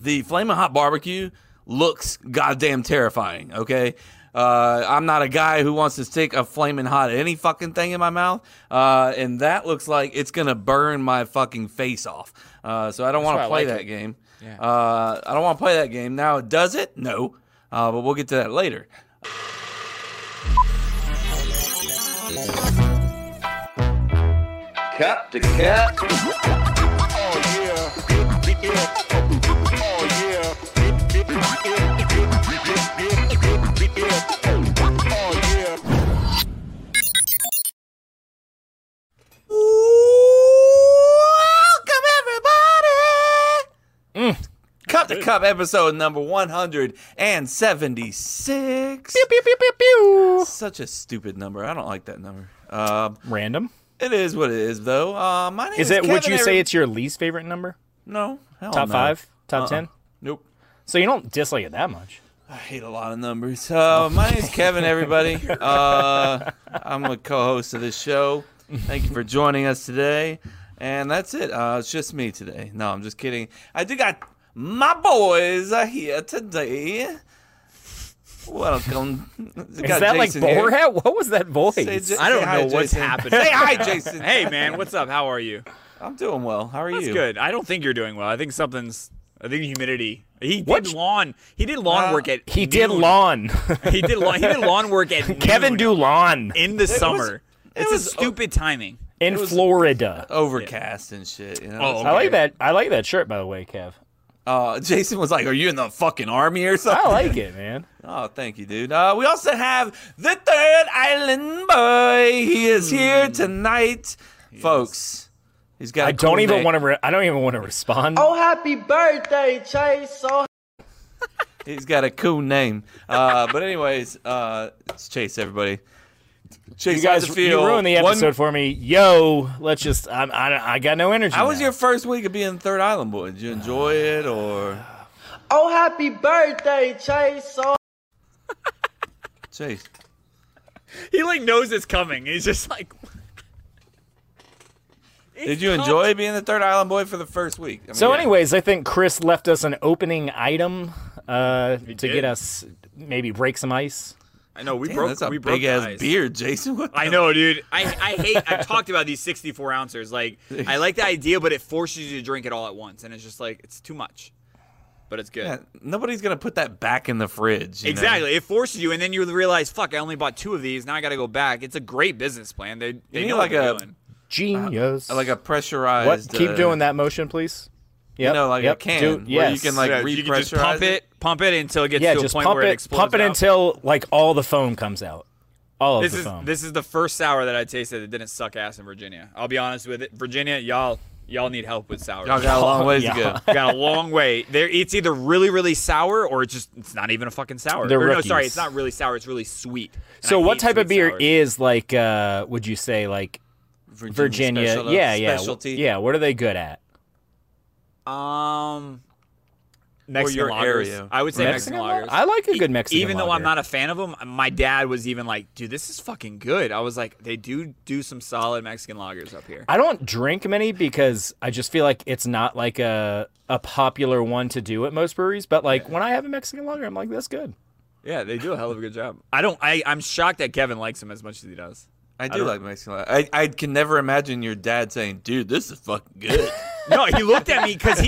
the Flamin' Hot Barbecue looks goddamn terrifying. Okay. Uh, I'm not a guy who wants to stick a flaming hot any fucking thing in my mouth, uh, and that looks like it's gonna burn my fucking face off. Uh, so I don't want why to I play like that it. game. Yeah. Uh, I don't want to play that game now. Does it? No, uh, but we'll get to that later. Cup to cup. Welcome everybody. Mm. Cup to cup episode number 176. Pew, pew, pew, pew. Such a stupid number. I don't like that number. Um, Random. it is what it is, though. Uh, my name Is is it? Would Kevin you say Every- it's your least favorite number? no? hell Top no. five? Top Uh-uh. ten? Nope. So you don't dislike it that much. I hate a lot of numbers. Uh, my name's Kevin, everybody. Uh, I'm a co host of this show. Thank you for joining us today. And that's it. Uh, it's just me today. No, I'm just kidding. I do got my boys are here today. Welcome. Is Is that like Borat? What was that voice? I don't know what's happening. Say hi, Jason. Hey man, what's up? How are you? I'm doing well. How are That's you? good. I don't think you're doing well. I think something's. I think humidity. He did What? lawn. He did lawn Uh, work at. he did noon. lawn. He did lawn. He did lawn work at. Kevin noon do lawn in the summer. it's was- a stupid timing. in Florida. Overcast and shit. You know? Oh, I like okay. that. I like that shirt, by the way, Kev. Uh, Jason was like, "Are you in the fucking army or something?" I like it, man. Oh, thank you, dude. Uh, we also have the Third Island Boy. He is Hmm. here tonight, folks. He's got. I don't even want to. to. Re- I don't even want to respond. Oh, happy birthday, Chase. So He's got a cool name. Uh, but anyways, uh, it's Chase. Everybody. Chase you guys, Hatfield, you ruined the one- episode for me. Yo, let's just. I'm, I, I got no energy. How was now. your first week of being Third Island Boy? Did you enjoy it or oh, happy birthday, Chase. So Chase? He like knows it's coming. He's just like. Did you enjoy being the Third Island Boy for the first week? I mean, So, yeah. anyways, I think Chris left us an opening item uh, to did. Uh, get us maybe break some ice. I know we Damn, broke. that's a we broke big ass the ice. beard, Jason. What I the- know, dude. I, I hate. I've talked about these 64 ounces. Like, I like the idea, but it forces you to drink it all at once, and it's just like it's too much. But it's good. Yeah, nobody's gonna put that back in the fridge. you know? Exactly. It forces you, and then you realize, fuck, I only bought two of these. Now I got to go back. It's a great business plan. They, they need know like what they're a- doing. Genius. Like a pressurized. what? Keep uh, doing that motion, please. Yep. You know, like yep. a can. Do- Where you yes. can like Yeah, you can just repressurize pump it, pump it until it gets yeah, to a just point pump where it, it, explodes. pump it out. until like all the foam comes out. All of this the is foam. this is the first sour that I tasted that didn't suck ass in Virginia. I'll be honest with it, Virginia, y'all y'all need help with sour. Y'all got a long ways to Yeah. go. got a long way. There, it's either really, really sour or it's just it's not even a fucking sour. They're Or no, rookies. sorry, it's not really sour. It's really sweet. And so, I what hate type of sweet beer sours. is like? uh Would you say like Virginia? special- uh, yeah, yeah, Specialty. yeah. What are they good at? um Mexican Mexican your lagers. area. I would say Mexican, lager? lagers. I like a good E- Mexican. Even though lager. I'm not a fan of them, my dad was even like, "Dude, this is fucking good." I was like, "They do do some solid Mexican lagers up here." I don't drink many because I just feel like it's not like a a popular one to do at most breweries. But like when I have a Mexican lager, I'm like, that's good. Yeah, they do a hell of a good job. I don't. I I'm shocked that Kevin likes them as much as he does. I do like Mexican. lager. I I can never imagine your dad saying, "Dude, this is fucking good." No, he looked at me because he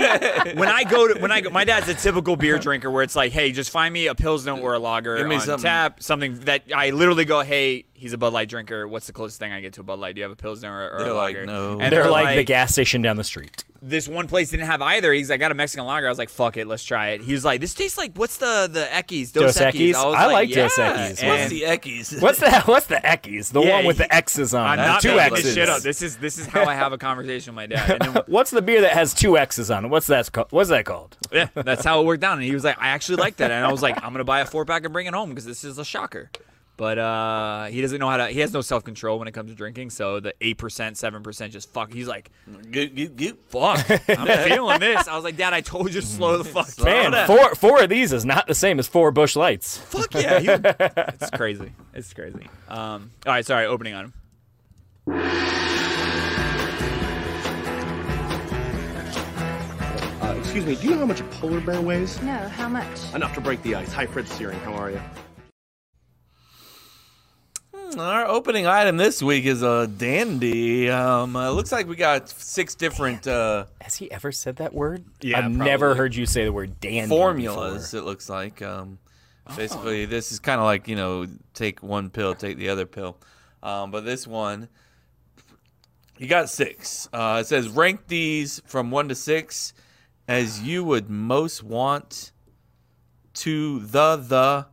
when I go to when I go, my dad's a typical beer drinker where it's like, hey, just find me a pilsner or a lager Give me on something." tap, something that I literally go, hey, he's a Bud Light drinker. What's the closest thing I get to a Bud Light? Do you have a pilsner or, or They're a like, lager? "No." And They're like, the gas station down the street. this one place didn't have either. He's like, I got a Mexican lager. I was like, fuck it, let's try it. He was like, this tastes like what's the the Ekis Dos, Dos Equis? was I like Dos "Yeah." Equis, What's man. And the Eckies? What's the what's the X's? The Yeah, one with he- the X's on. I'm it. not two making X's. this shit up. This is this is how I have a conversation with my dad. And then, What's the beer that has two X's on it? What's that called? What's that called? yeah, that's how it worked out. And he was like, I actually like that. And I was like, I'm gonna buy a four pack and bring it home because this is a shocker. But uh, he doesn't know how to. He has no self control when it comes to drinking. So the eight percent, seven percent, just fuck. He's like, Goop, goop, goop. fuck. I'm feeling this. I was like, Dad, I told you to slow the fuck down. Man, four four of these is not the same as four Bush Lights. Fuck yeah. he- it's crazy. It's crazy. Um, all right, sorry, opening on him. Uh, Excuse me, do you know how much a polar bear weighs? No, how much? Enough to break the ice. Hi, Fred Searing. How are you? Hmm, Our opening item this week is a dandy. Um, uh, looks like we got six different uh, Has he ever said that word? Yeah, I've never probably. heard you say the word dandy. formulas. before. It looks like um, basically this is kind of like you know take one pill, take the other pill, um, but this one you got six. Uh, it says rank these from one to six as you would most want to the the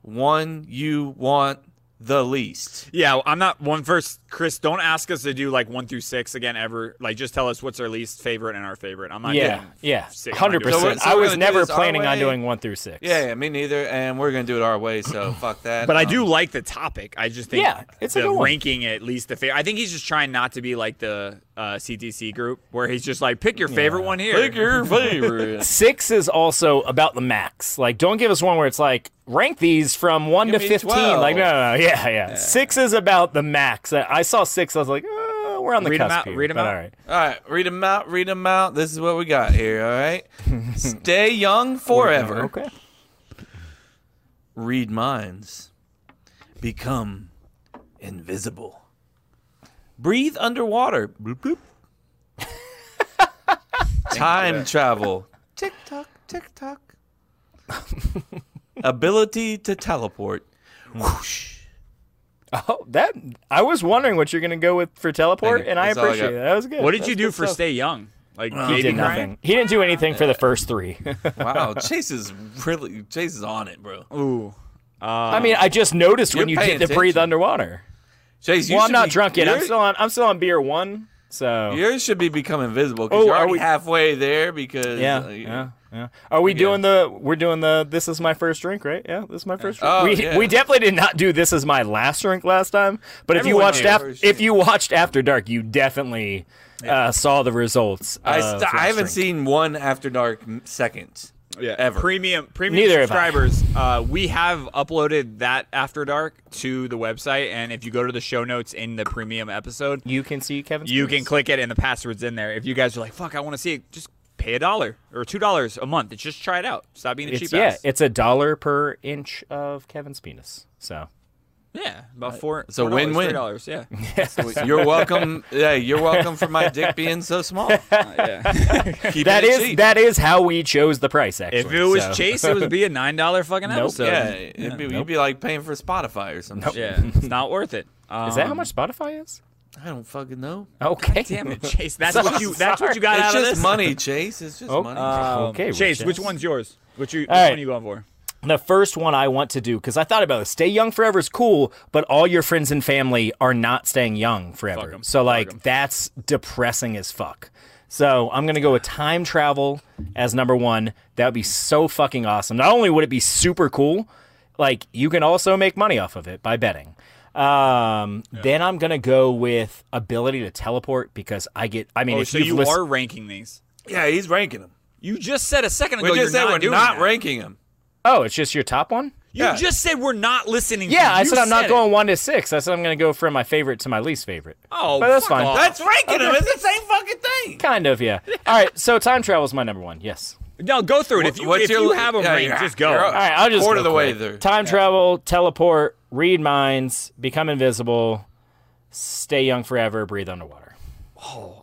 one you want the least. Yeah, I'm not one first. Chris, don't ask us to do like one through six again ever. Like, just tell us what's our least favorite and our favorite. I'm not. Yeah, Getting, yeah, Sick, I'm not hundred doing that. percent. So we're- so I we're was gonna do never this our planning on way? doing one through six. Yeah, yeah, me neither. And we're gonna do it our way, so fuck that. But I Um, do like the topic. I just think Yeah, it's a the good one. ranking at least the favorite. I think he's just trying not to be like the uh, CTC group where he's just like pick your favorite one here. pick your favorite. Six is also about the max. Like, don't give us one where it's like rank these from one Give to me fifteen. 12. Like, no, no, no. Yeah, yeah, Six is about the max. I- I saw six. I was like, uh, we're on the Read 'em cusp out, here, read 'em but out. All right. All right, read them out, read them out. This is what we got here, all right? Stay young forever. Okay. Read minds. Become invisible. Breathe underwater. Bloop, bloop. Time travel. Tick tock, tick tock. Ability to teleport. Whoosh. Oh, that I was wondering what you're gonna go with for teleport, Thank you. and I That's all I appreciate got. that. That was good. What did That's you do good for stuff. Stay Young? Like He baby did crying? nothing. He didn't do anything Uh, for the first three. Wow, Chase is really Chase is on it, bro. Ooh. I mean, I just noticed when um, You're you did paying the breathe attention. underwater. Chase, you Well, I'm should not be- drunk yet. I'm you're- still on. I'm still on beer one. So Yours should be become invisible because Oh, you're are already we- halfway there. Because yeah, uh, yeah, yeah. Are we doing the? We're doing the. This is my first drink, right? Yeah, this is my first drink. Oh, we yeah. we definitely did not do this is my last drink last time. But if you Everyone watched did. after, if you watched After Dark, you definitely uh, saw the results. I, of st- I last haven't drink. seen one after dark m- second. Yeah, ever. premium premium Neither have I. subscribers. Uh, we have uploaded that After Dark to the website, and if you go to the show notes in the premium episode, You can see Kevin. you can click it, and the password's in there. If you guys are like, "Fuck, I want to see it," just pay a dollar or two dollars a month. Just try it out. Stop being a It's cheap yeah. ass. It's a dollar per inch of Kevin's penis. So yeah, about four. It's a four dollars, win-win. three dollars. Yeah, You're welcome. Yeah, you're welcome for my dick being so small. Keeping that Uh, it is cheap. that is how we chose the price. Actually, if it was so. Chase, it would be a nine dollar fucking Nope. episode. Yeah, it'd be, you'd be like paying for Spotify or something. Yeah, it's not worth it. Um, is that how much Spotify is? I don't fucking know. Okay. Damn it, Chase. That's what you. That's what you got It's out of just this. money, Chase. It's just Oh, money. Um, okay, Chase. Rich Which ass. one's yours? Which, you, which right. one are you going for? The first one I want to do because I thought about it. Stay young forever is cool, but all your friends and family are not staying young forever. Fuck 'em. So like Fuck 'em. that's depressing as fuck. So I'm gonna go with time travel as number one. That would be so fucking awesome. Not only would it be super cool, like you can also make money off of it by betting. Um, then I'm gonna go with ability to teleport because I get. I mean, Oh, if so you've you lis- are ranking these. yeah, he's ranking them. You just said a second ago We just you're said not we're doing not that. ranking him. oh, it's just your top one. You Yeah. just said we're not listening. to Yeah, you. I You said I'm not it. going one to six. I said I'm going to go from my favorite to my least favorite. Oh, but that's fuck fine. off. That's ranking him. It's the same fucking thing. Kind of, yeah. All right, so time travel is my number one. Yes. No, go through it. If you, What's if your- you have them yeah, ranked, you're- just go. you're up. All right, I'll just Quarter go of the way quick. there. Time travel, teleport, read minds, become invisible, stay young forever, breathe underwater.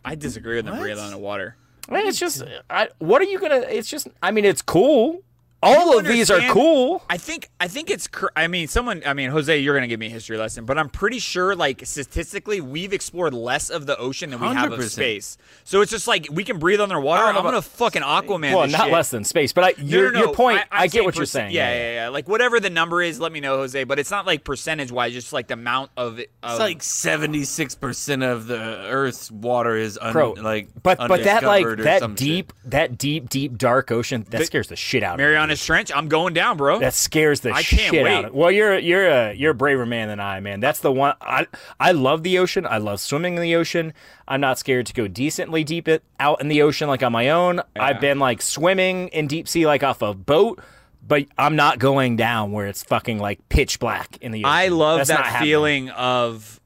I disagree with them breathing on the water. Man, it's just, I, what are you gonna? It's just, I mean, it's cool. All You of these are understand- cool. I think I think it's. cr- I mean, someone. I mean, Jose, you're gonna give me a history lesson, but I'm pretty sure, like statistically, we've explored less of the ocean than we have of 100%. space. So it's just like we can breathe underwater. I I'm don't know gonna about fucking Aquaman. Well, this not shit. less than space, but I, your, no, no, no. your point, I, I'm get what you're perc- saying. Yeah, yeah, yeah. Like whatever the number is, let me know, Jose. But it's not like percentage wise, just like the amount of. it- of It's like seventy-six percent of the Earth's water is un- Bro, like but but that like undiscovered or some that shit. deep that deep deep dark ocean that scares the shit out of me. Mariana's Trench. I'm going down, bro. That scares the I shit can't out wait. of. Well, you're you're a you're a braver man than I, man. That's the one. I I love the ocean. I love swimming in the ocean. I'm not scared to go decently deep it, out in the ocean like on my own. I've been like swimming in deep sea like off a boat, but I'm not going down where it's fucking like pitch black in the ocean. I love That's not that happening. feeling of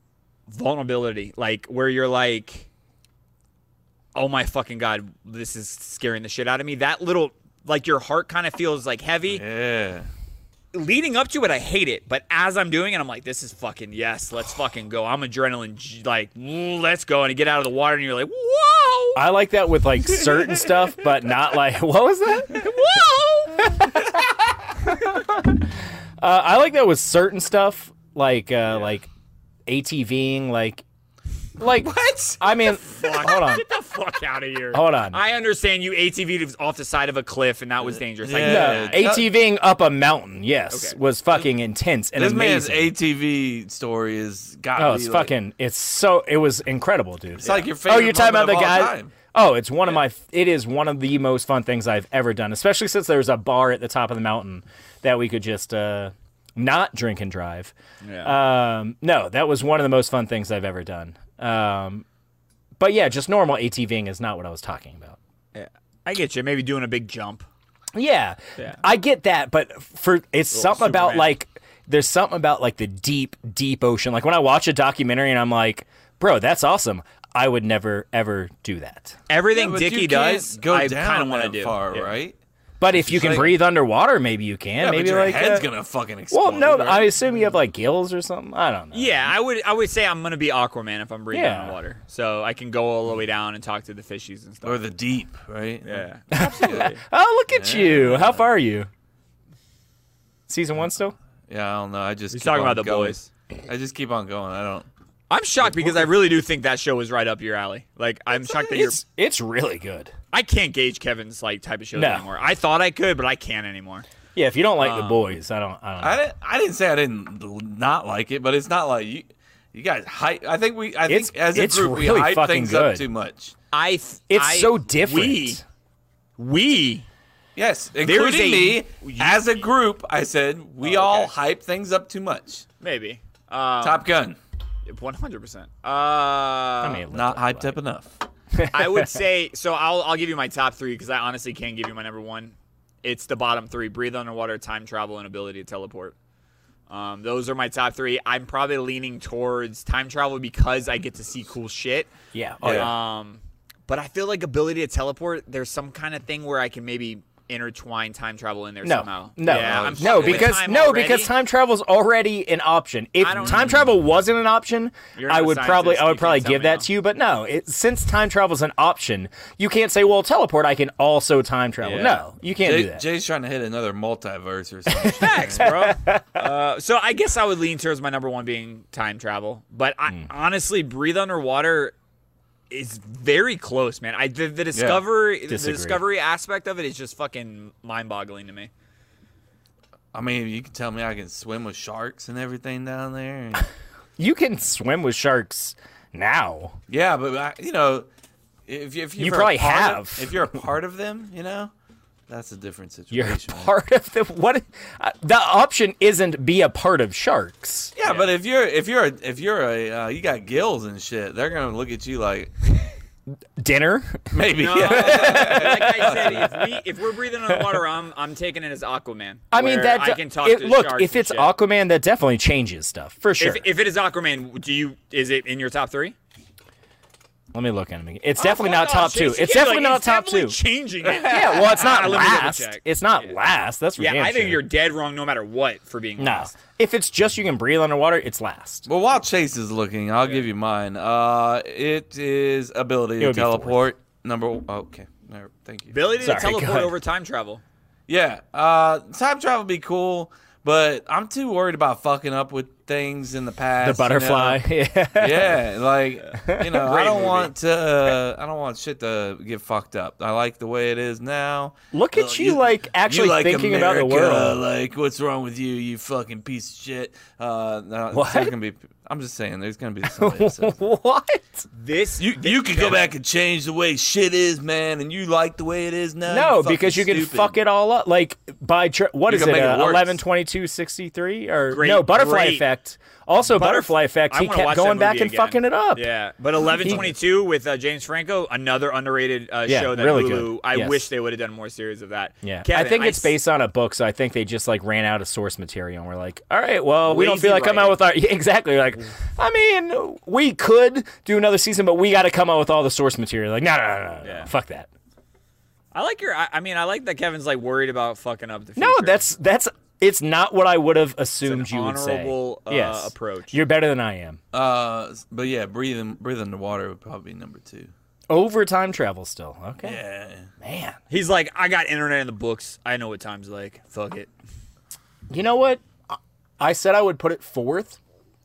vulnerability, like where you're like, oh my fucking god, this is scaring the shit out of me. That little like your heart kind of feels like heavy. Yeah. Leading up to it, I hate it, but as I'm doing it, I'm like, this is fucking yes, let's fucking go. I'm adrenaline, j- like let's go, and you get out of the water, and you're like, whoa, I like that with like certain stuff, but not like what was that? whoa. Uh, I like that with certain stuff, like uh, like ATVing, like like What? I mean, hold on, Get the fuck out of here. Hold on. I understand you ATV'd off the side of a cliff, and that was dangerous. I Yeah. get no, that. Uh, ATVing up a mountain, yes, Okay. was fucking intense and This man's amazing. ATV story is got oh, it's like, fucking, it's so, it was incredible, dude. It's like your favorite. oh, you're talking about moment the of all guy. time. Oh, it's one of my. It is one of the most fun things I've ever done, especially since there's a bar at the top of the mountain that we could just uh, not drink and drive. Yeah. Um, no, that was one of the most fun things I've ever done. Um, but yeah, just normal ATVing is not what I was talking about. I get you. Maybe doing a big jump. Yeah, Yeah. I get that, but for it's something about Superman. like there's something about like the deep, deep ocean. Like when I watch a documentary and I'm like, bro, that's awesome. I would never ever do that. Everything But you Dickie can't does, Go I down kind of want to that do. far, Yeah. right? But if you can like- breathe underwater, maybe you can. Yeah, maybe but your like head's uh, gonna fucking explode. Well, no, right? I assume you have like gills or something. I don't know. Yeah, I would. I would say I'm gonna be Aquaman if I'm breathing Yeah. in water, so I can go all the way down and talk to the fishies and stuff. or the deep, right? yeah, absolutely. Oh, look at you! How far are you? Season one still? Yeah, I don't know. I just He's keep talking on about the going. boys. I just keep on going. I don't. I'm shocked because I really do think that show was right up your alley. Like I'm shocked that you're. It's it's really good. I can't gauge Kevin's like type of shows No. anymore. I thought I could, but I can't anymore. Yeah, if you don't like Um, the boys, I don't. I don't. Know. I didn't. I didn't say I didn't not like it, but it's not like you. You guys hype. I think we. I It's- think as a it's group really we hype fucking things good. up too much. I. th- it's I- so different. We, we Yes, including a- me. as a group, I said Oh, we all hype things up too much. maybe. Uh, Um, Top Gun, One hundred percent. Uh, I mean, it looked uh, not like hyped that. up enough. I would say so. I'll I'll give you my top three because I honestly can't give you my number one. It's the bottom three: breathe underwater, time travel, and ability to teleport. Um, those are my top three. I'm probably leaning towards time travel because I get to see cool shit. Yeah. Oh, yeah. Yeah. Um, but I feel like ability to teleport. There's some kind of thing where I can maybe intertwine time travel in there No, somehow. no, Yeah, I'm no, fucking with because time no, already. because time travel's already an option. If I don't- time travel wasn't an option, You're not I a would probably, scientist, I you would can't probably tell give me that how. to you. But no, it, since time travel's an option, you can't say, "Well, teleport, I can also time travel." Yeah. No, you can't do Jay, that. Jay's trying to hit another multiverse or something. Facts, bro. Uh, so I guess I would lean towards my number one being time travel, but I Hmm. honestly breathe underwater is very close, man. I the, the discovery the Disagree. discovery aspect of it is just fucking mind boggling to me. I mean, you can tell me I can swim with sharks and everything down there. and- you can swim with sharks now. Yeah, but I, you know, if if you're You probably a part of- have. if you're a part of them, you know, that's a different situation. You're a part of the what? Uh, the option isn't be a part of sharks. yeah, but if you're if you're a, if you're a uh, you got gills and shit, they're gonna look at you like Dinner. maybe. No, like I said, if, we, if we're breathing underwater, I'm I'm taking it as Aquaman. I mean where that. I can talk it- to look, sharks if and it's shit. Aquaman, that definitely changes stuff for sure. If, if it is Aquaman, do you is it in your top three? Let me look at him again. It's definitely Oh, not top shit, two. she It's can't be definitely like, not it's top definitely two. Changing it. Yeah, well, it's not Ah, let me double last. check. It's not last. That's for Yeah, damn I think sure. you're dead wrong no matter what for being No, honest. if it's just you can breathe underwater, it's last. Well, while Chase is looking, I'll give you mine. Uh, it is ability It to would be fourth. teleport. Number okay, no, thank you. Ability Sorry, to teleport go ahead. over time travel. Yeah, uh, time travel would be cool, but I'm too worried about fucking up with things in the past. The you know? butterfly. Yeah. yeah, like you know, I Great don't movie. want to. Uh, I don't want shit to get fucked up. I like the way it is now. Look at Uh, you, like actually you like thinking about the America, world. Like, what's wrong with you? You fucking piece of shit. Uh, no, What? There's gonna be. I'm just saying, there's gonna be some. episodes. what? This You you could go back and change the way shit is, man, and you like the way it is now. No, you fucking because you can stupid. fuck it all up. Like by tr- what You is can it? make it Uh, worse. Eleven twenty two sixty three or Great, no butterfly great, effect? effect. Also, butterfly effect. I He wanna kept watch that going back movie and again. fucking it up. Yeah, but eleven twenty two with uh, James Franco, another underrated uh, Yeah, show that really Hulu. good. I Yes. wish they would have done more series of that. Yeah, Kevin, I think it's s- based on a book, so I think they just like ran out of source material and we're like, all right, well, we don't Lazy feel like coming out writing. with our Yeah, exactly. Like, I mean, we could do another season, but we got to come out with all the source material. Like, no, no, no, no, no, Yeah. fuck that. I like your. I, I mean, I like that Kevin's like worried about fucking up the. Future. No, that's that's it's not what I would have assumed an you would say. honorable, uh, yes, approach. You're better than I am. Uh, s- but yeah, breathing breathing the water would probably be number two. Over time travel, still okay. Yeah. Man, He's like, I got internet in the books. I know what time's like. Fuck it. you know what? I- I said I would put it fourth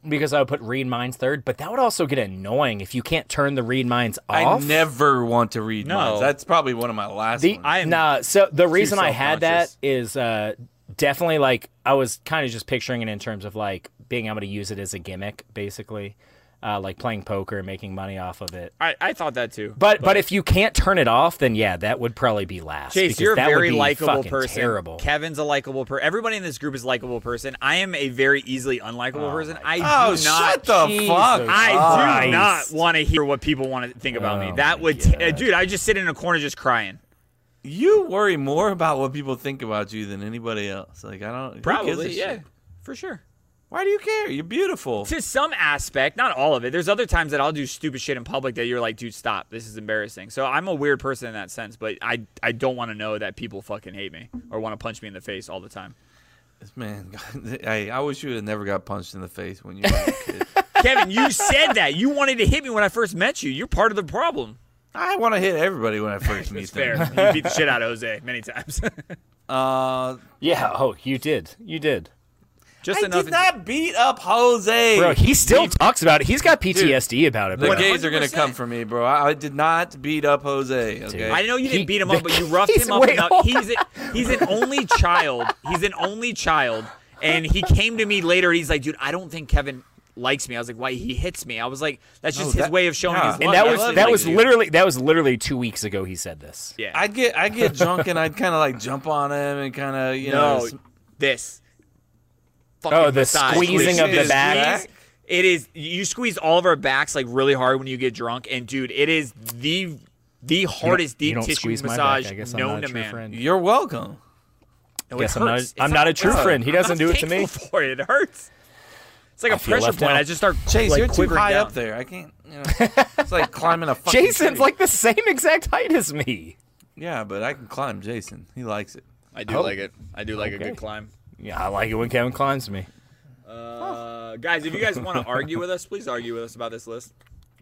because I would put Read Minds third, but that would also get annoying if you can't turn the Read Minds off. I never want to read No. minds. That's probably one of my last The ones. I am nah. So the reason I had that self-conscious. is uh, definitely like I was kind of just picturing it in terms of like being able to use it as a gimmick, basically, uh, like playing poker and making money off of it. I, I thought that too. But but if you can't turn it off, then yeah, that would probably be last. Chase, because you're a that would very be likable fucking person. Terrible. Kevin's a likable person. Everybody in this group is a likable person. I am a very easily unlikable person. I do oh, not. shut the Jesus. fuck! I do Christ. not want to hear what people want to think about me. Oh That my would, t- uh, dude. I would just sit in a corner just crying. You worry more about what people think about you than anybody else. Like I don't. who gives a Probably, yeah, shit? for sure. Why do you care? You're beautiful. To some aspect, not all of it. There's other times that I'll do stupid shit in public that you're like, dude, stop. This is embarrassing. So I'm a weird person in that sense, but I I don't want to know that people fucking hate me or want to punch me in the face all the time. Man, I, I wish you had never got punched in the face when you were a kid. Kevin, you said that you wanted to hit me when I first met you. You're part of the problem. I want to hit everybody when I first meet It's them. fair. You beat the shit out of Jose many times. Uh, yeah. Oh, you did. You did. just I enough. did not beat up Jose. Bro, he still talks about it. He's got PTSD about it. the Bro. gays are gonna 100%. come for me, bro. I, I did not beat up Jose. Okay. I know you didn't He- beat him up, but you roughed he's him up way enough. older. He's a, he's an only child. He's an only child, and he came to me later. He's like, dude, I don't think Kevin likes me. I was like, why? He hits me. I was like, that's just Oh, his that- way of showing yeah. his and love. that He was love actually that you. likes was you. literally that was literally two weeks ago. He said this. Yeah. I'd get I get drunk and I'd kind of like jump on him and kind of you know. no, sm- this. Oh, the massage. squeezing of Squeeze the his back. back. It is you squeeze all of our backs like really hard when you get drunk, and dude, it is the the hardest You don't deep tissue squeeze my massage back. I guess I'm known not a to true man. friend. You're welcome. No, Guess it I'm not- hurts. It's I'm not a true it's friend. He I'm not doesn't do it to me. thankful For it. It hurts. It's like a feel pressure left point. out. I just start Chase, like, you're too quivering high down. up there. I can't. You know, it's like climbing a fucking. Jason's tree. like the same exact height as me. Yeah, but I can climb Jason. He likes it. I do like it. I do like a good climb. Yeah, I like it when Kevin climbs me. Uh, guys, if you guys want to argue with us, please argue with us about this list.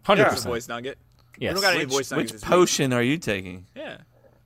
Hundred Here's a percent. voice nugget. Yes. We don't got any voice Which nuggets. this week. potion are you taking? Yeah,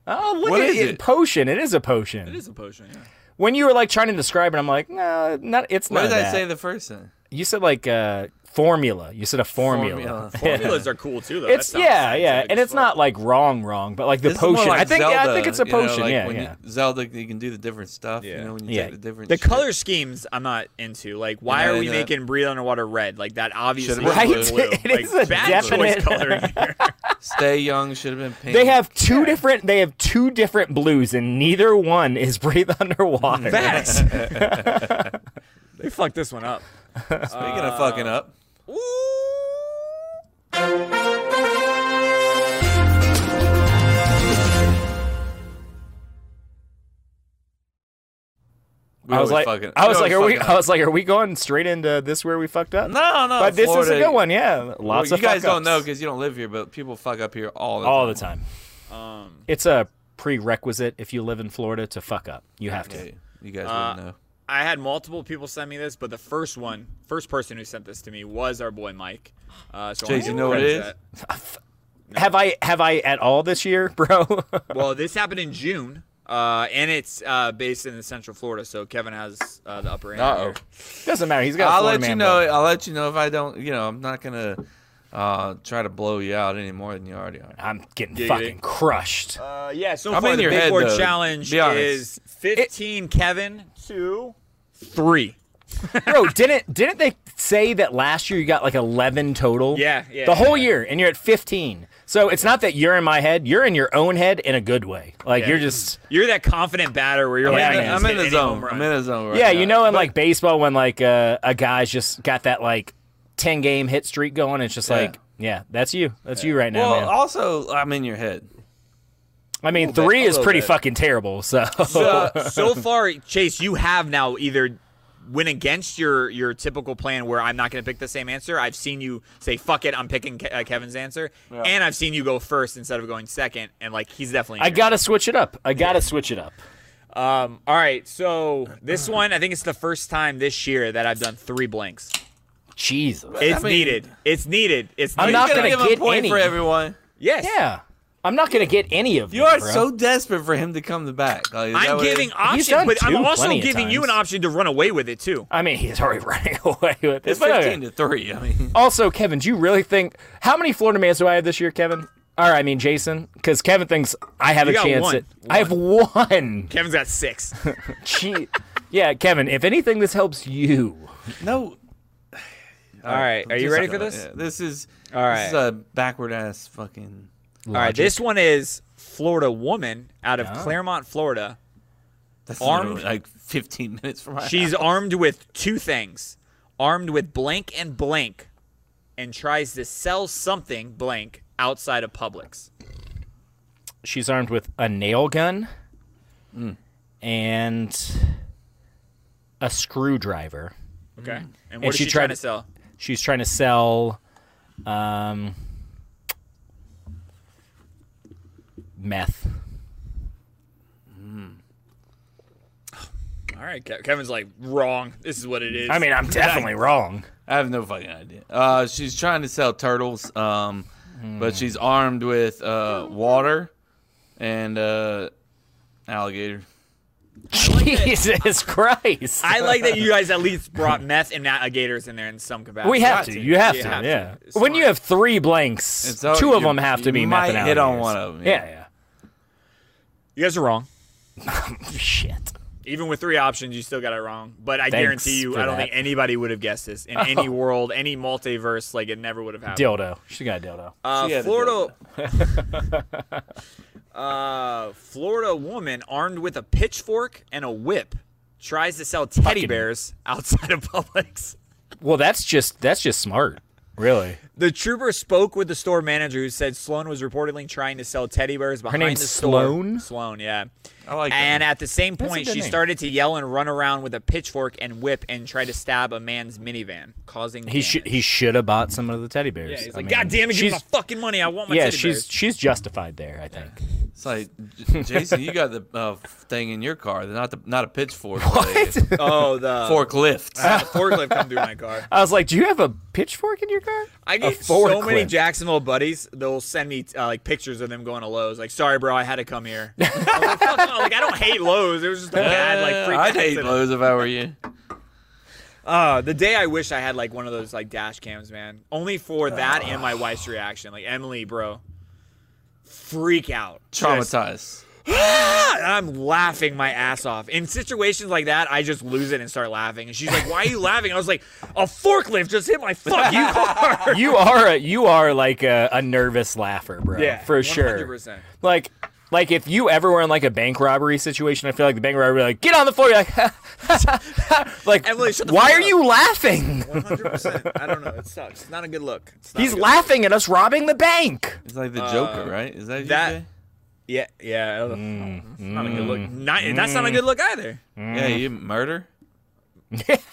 Oh, look What at is it. it? Potion. It is a potion. it is a potion. Yeah. When you were like trying to describe it, I'm like, no, not. It's What not. did I that. say the first time? You said like uh, formula. You said a formula. Formula. Formulas are cool too, though. That It's sounds yeah, yeah, scientific and as it's fuck. not like wrong, wrong, but like the This is more potion. like I think, yeah, I think Zelda, it's a you know, potion. like yeah, when you- yeah. Zelda, you can do the different stuff. Yeah. You know, when you Yeah. take the different. The shit. color schemes I'm not into. Like, why You're are not we into that? making breathe underwater red? Like that obviously Should've been is Right? blue. It like, is a bad definite- choice coloring here. Stay young should have been pink. They have two different. They have two different blues, and neither one is breathe underwater. Facts. they fucked this one up. Speaking of fucking up, we I was always like, fucking- I was always like, are we? fucking I up. was like, are we going straight into this where we fucked up? No, no. but this is a Florida- good one. Yeah, lots well, of you guys fuck don't know ups. because you don't live here, but people fuck up here all the all time. the time. Um, it's a prerequisite if you live in Florida to fuck up. You have to. Okay, you guys wouldn't know. I had multiple people send me this, but the first one, first person who sent this to me was our boy Mike. Uh, so Chase, I give you him know what credit it for is? Have I? Have I at all this year, bro? that. Well, this happened in June, uh, and it's uh, based in Central Florida, so Kevin has uh, the upper hand. Uh-oh. here. Doesn't matter. He's got. a I'll Florida let you man know. blood. I'll let you know if I don't. You know, I'm not gonna uh, try to blow you out any more than you already are. I'm getting Giggity. fucking crushed. Uh, yeah, so I'm far in the your Big head, Board though. Challenge Be honest. is 15 Kevin to 3. Bro, didn't didn't they say that last year you got like eleven total? Yeah, yeah, The whole yeah. year, and you're at fifteen. So it's not that you're in my head; you're in your own head in a good way. Like you're just, You're that confident batter where you're Yeah, like, I "Man, am. just I'm in hit the any zone. home run." I'm in the zone right yeah, now. you know, in like baseball when like uh, a guy's just got that like ten game hit streak going, it's just like, yeah, that's you, that's you right now, Well, man. also, I'm in your head. I mean, bit, three a is little pretty bit. fucking terrible. So, so, so far, Chase, you have now either went against your your typical plan where I'm not going to pick the same answer. I've seen you say "fuck it," I'm picking Ke- uh, Kevin's answer, and I've seen you go first instead of going second. And like he's definitely. in I your- gotta switch it up. I gotta switch it up. Um, all right, so this one, I think it's the first time this year that I've done three blanks. Jesus. It's mean- needed. It's needed. It's I'm needed. not You're gonna gonna give a get point any. for everyone. Yes. Yeah, I'm not gonna get any of You them, are bro. so desperate for him to come to back. Like, is that I'm what it giving is? options, done but I'm two also plenty of giving you an times. option to run away with it too. I mean, he's already running away with this. It's 15 to three. I mean, Also, Kevin, do you really think how many Florida Mans do I have this year, Kevin? Or I mean, Jason, because Kevin thinks I have You a got chance. one. At, I have one. Kevin's got six. Gee. yeah, Kevin. If anything, this helps you. no. All right, are you Just- ready for this? yeah, this is All This is right. a backward ass fucking. All right, this one is Florida woman out of Claremont, Florida. That's Armed? literally, like 15 minutes from my. She's armed with two things. Armed with blank and blank and tries to sell something blank outside of Publix. She's armed with a nail gun and a screwdriver. Okay. And what is Mm. she she, trying tried to to- sell? She's trying to sell um, meth. All right, Ke- Kevin's like wrong. This is what it is. I mean, I'm definitely wrong. I have no fucking idea. Uh, she's trying to sell turtles, um, but she's armed with uh, water and uh, alligator. Jesus Christ. I like that you guys at least brought meth and alligators in there in some capacity. We have to. You have You to. have to. Yeah. It's When smart. you have three blanks, It's all- two of you- them have to you be meth might and hit on alligators. one of 'em, yeah. Yeah. You guys are wrong. yeah. Shit. Even with three options, you still got it wrong. But I Thanks guarantee you, for I don't that. think anybody would have guessed this in any world, any multiverse. Like it never would have happened. Dildo. She got a dildo. Uh, She had a Florida. uh, Florida woman armed with a pitchfork and a whip tries to sell teddy Fucking- bears outside of Publix. Well, that's just that's just smart. Really. The trooper spoke with the store manager who said Sloan was reportedly trying to sell teddy bears behind name's the store. Sloan? Sloan, yeah. I like that. And at the same a point, good she name. started to yell and run around with a pitchfork and whip and try to stab a man's minivan, causing. He should he should have bought some of the teddy bears. Yeah, he's I like, mean, God damn it, give me my she's- fucking money. I want my Yeah, teddy she's bears. she's justified there, I think. It's like J- Jason, you got the uh, thing in your car. Not the not a pitchfork. but a What? Oh, the Forklift. I had a forklift come through my car. I was like, "Do you have a pitchfork in your car?" I get so forklift. many Jacksonville buddies. They'll send me uh, like pictures of them going to Lowe's. Like, sorry, bro, I had to come here. I'm like, Fuck no, like I don't hate Lowe's. It was just a bad like. Uh, Freak I'd hate accident. those if I were you. Uh, the day I wish I had like one of those like dash cams, man. Only for that and my wife's reaction. Like Emily, bro, freak out, Just, Traumatized. "Ah!" And I'm laughing my ass off. In situations like that, I just lose it and start laughing. And she's like, "Why are you laughing?" I was like, "A forklift just hit my fuck you car." You are a, you are like a, a nervous laugher, bro. for sure. 100%. Like like if you ever were in like a bank robbery situation, I feel like the bank robber would be like, "Get on the floor." You're like like Emily, shut the why fuck are up." you laughing? 100%. I don't know. It sucks. It's not a good look. It's not He's a good laughing at us robbing the bank. It's like the Joker, right? Is that, that- you? Jay? Yeah, yeah. It's not a good look. Not, That's not a good look either. Yeah, you murder.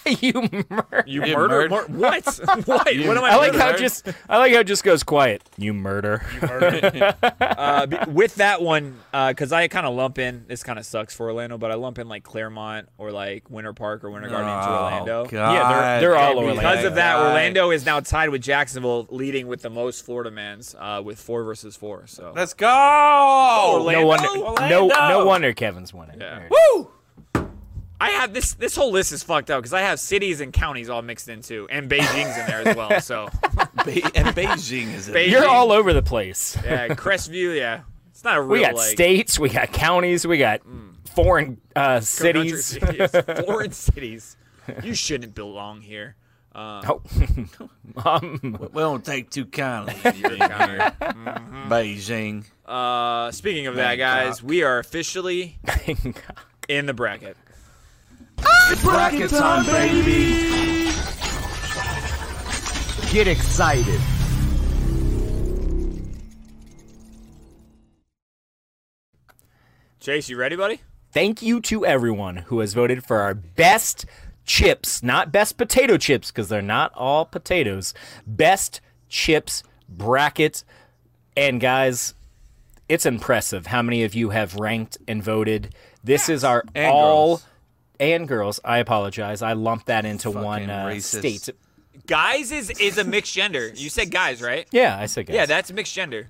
you murder. You Yeah, murder? murder. mur- what? what? What am I? I like how murdering? murder. just I like how it just goes quiet. You murder. uh, b- with that one, because I kind of lump in. This kind of sucks for Orlando, but I lump in like Claremont or like Winter Park or Winter Garden Oh, into Orlando. Yeah, they're- they're all Orlando. Orlando. Because of that, God. Orlando is now tied with Jacksonville, leading with the most Florida mans uh, with four versus four. So Let's go. no wonder. No, no Orlando! wonder Kevin's winning. Yeah. There it Woo! I have this. This whole list is fucked up because I have cities and counties all mixed in too, and Beijing's in there as well. So Be- and Beijing is is. it. You're Beijing. all over the place. yeah, Crestview. Yeah, it's not a real We got like Mm. states. We got counties. We got foreign uh, country cities. cities, foreign cities. You shouldn't belong here. Oh, um, We don't take too kindly to your encounter. Mm-hmm. Beijing. Uh, speaking of that, guys, we are officially in the bracket. Bracket time, baby! Get excited. Chase, you ready, buddy? thank you to everyone who has voted for our best chips, not best potato chips, because they're not all potatoes. Best chips bracket. And guys, it's impressive how many of you have ranked and voted. This is our And all girls. and girls. I apologize. I lumped that into one uh, racist. state. Guys is is a mixed gender. You said guys, right? Yeah, I said guys. Yeah, that's mixed gender.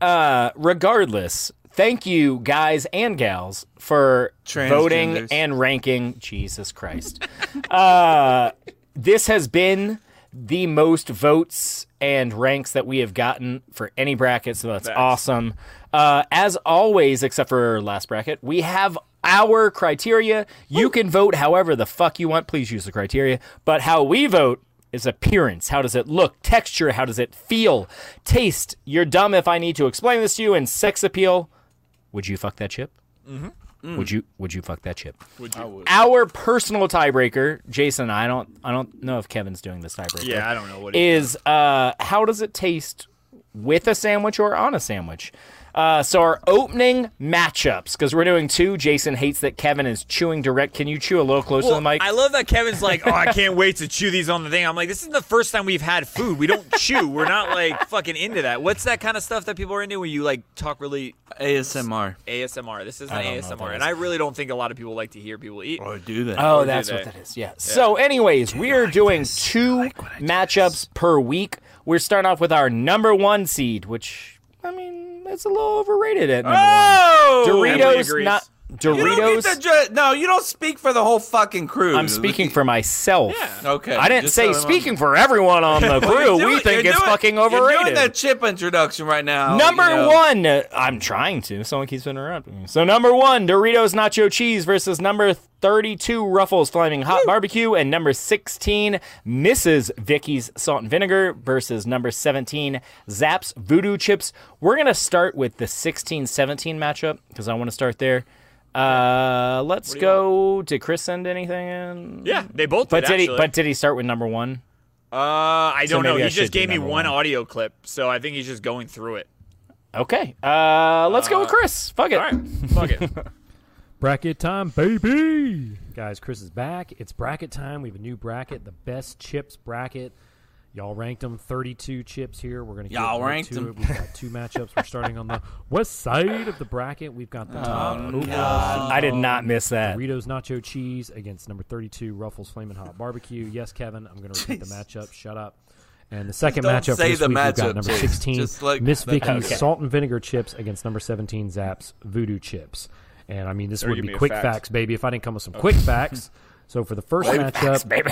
regardless, thank you guys and gals for voting Transgenders. and ranking. Jesus Christ. uh, this has been the most votes and ranks that we have gotten for any bracket, so that's awesome. Uh, as always, except for last bracket, we have our criteria. You can vote however the fuck you want. Please use the criteria. But how we vote is appearance. How does it look? Texture. How does it feel? Taste. You're dumb if I need to explain this to you. And sex appeal. Would you fuck that chip? Mm-hmm. Would you? Would you fuck that chip? Would you? Our personal tiebreaker, Jason. I don't. I don't know if Kevin's doing this tiebreaker. Yeah, I don't know what it Is uh, how does it taste with a sandwich or on a sandwich? Uh, so our opening matchups because we're doing two. Jason hates that Kevin is chewing direct. Can you chew a little closer to the mic? I love that Kevin's like, oh, I can't wait to chew these on the thing. I'm like, this is the first time we've had food. We don't chew. We're not like fucking into that. What's that kind of stuff that people are into where you like talk really ASMR. ASMR? This is an I don't know what ASMR, that and is. I really don't think a lot of people like to hear people eat. Or do that. Oh, do that's what they? that is. Yeah. So, anyways, we are doing two matchups per week. We're starting off with our number one seed, which I mean, it's a little overrated at number Oh, one. Emily Doritos, agrees. not you don't get Doritos. to ju- no, you don't speak for the whole fucking crew. I'm speaking for myself. Okay. I didn't just say so I'm- speaking for everyone on the crew. You're doing- we think you're it's doing- fucking You're doing overrated. that chip introduction right now. Number you know. one, uh, I'm trying to. Someone keeps interrupting me. So number one, Doritos Nacho Cheese versus number 32, Ruffles Flaming Hot Barbecue, and number 16, Mrs. Vicky's Salt and Vinegar versus number 17, Zapp's Voodoo Chips. We're gonna start with the 16-17 matchup because I want to start there. Uh, let's go. Did Chris send anything in? Yeah, they both. But did he? actually. But did he start with number one? uh, I don't know. maybe He I should just do gave me number one one. audio clip, so I think he's just going through it. Okay. Uh, let's go with Chris. Fuck it. All right, fuck it. Bracket time, baby! Guys, Chris is back. It's bracket time. We have a new bracket, the best chips bracket. Y'all ranked them 32 chips here. We're going to Y'all get right ranked to 'em. it. We've got two matchups. We're starting on the west side of the bracket. We've got the Oh, top overall I did seed not miss that. Doritos Nacho Cheese against number 32 Ruffles Flamin' Hot Barbecue. Yes, Kevin, I'm going to repeat the matchup. Shut up. And the second Don't matchup say this the week, we've matchup, got number Chase. 16 Just like Miss the Vicky's matchup. Salt and Vinegar Chips against number 17 Zaps Voodoo Chips. And I mean, this would give be me a quick fact. Oh. facts, baby, if I didn't come with some quick facts. So for the first matchup, baby.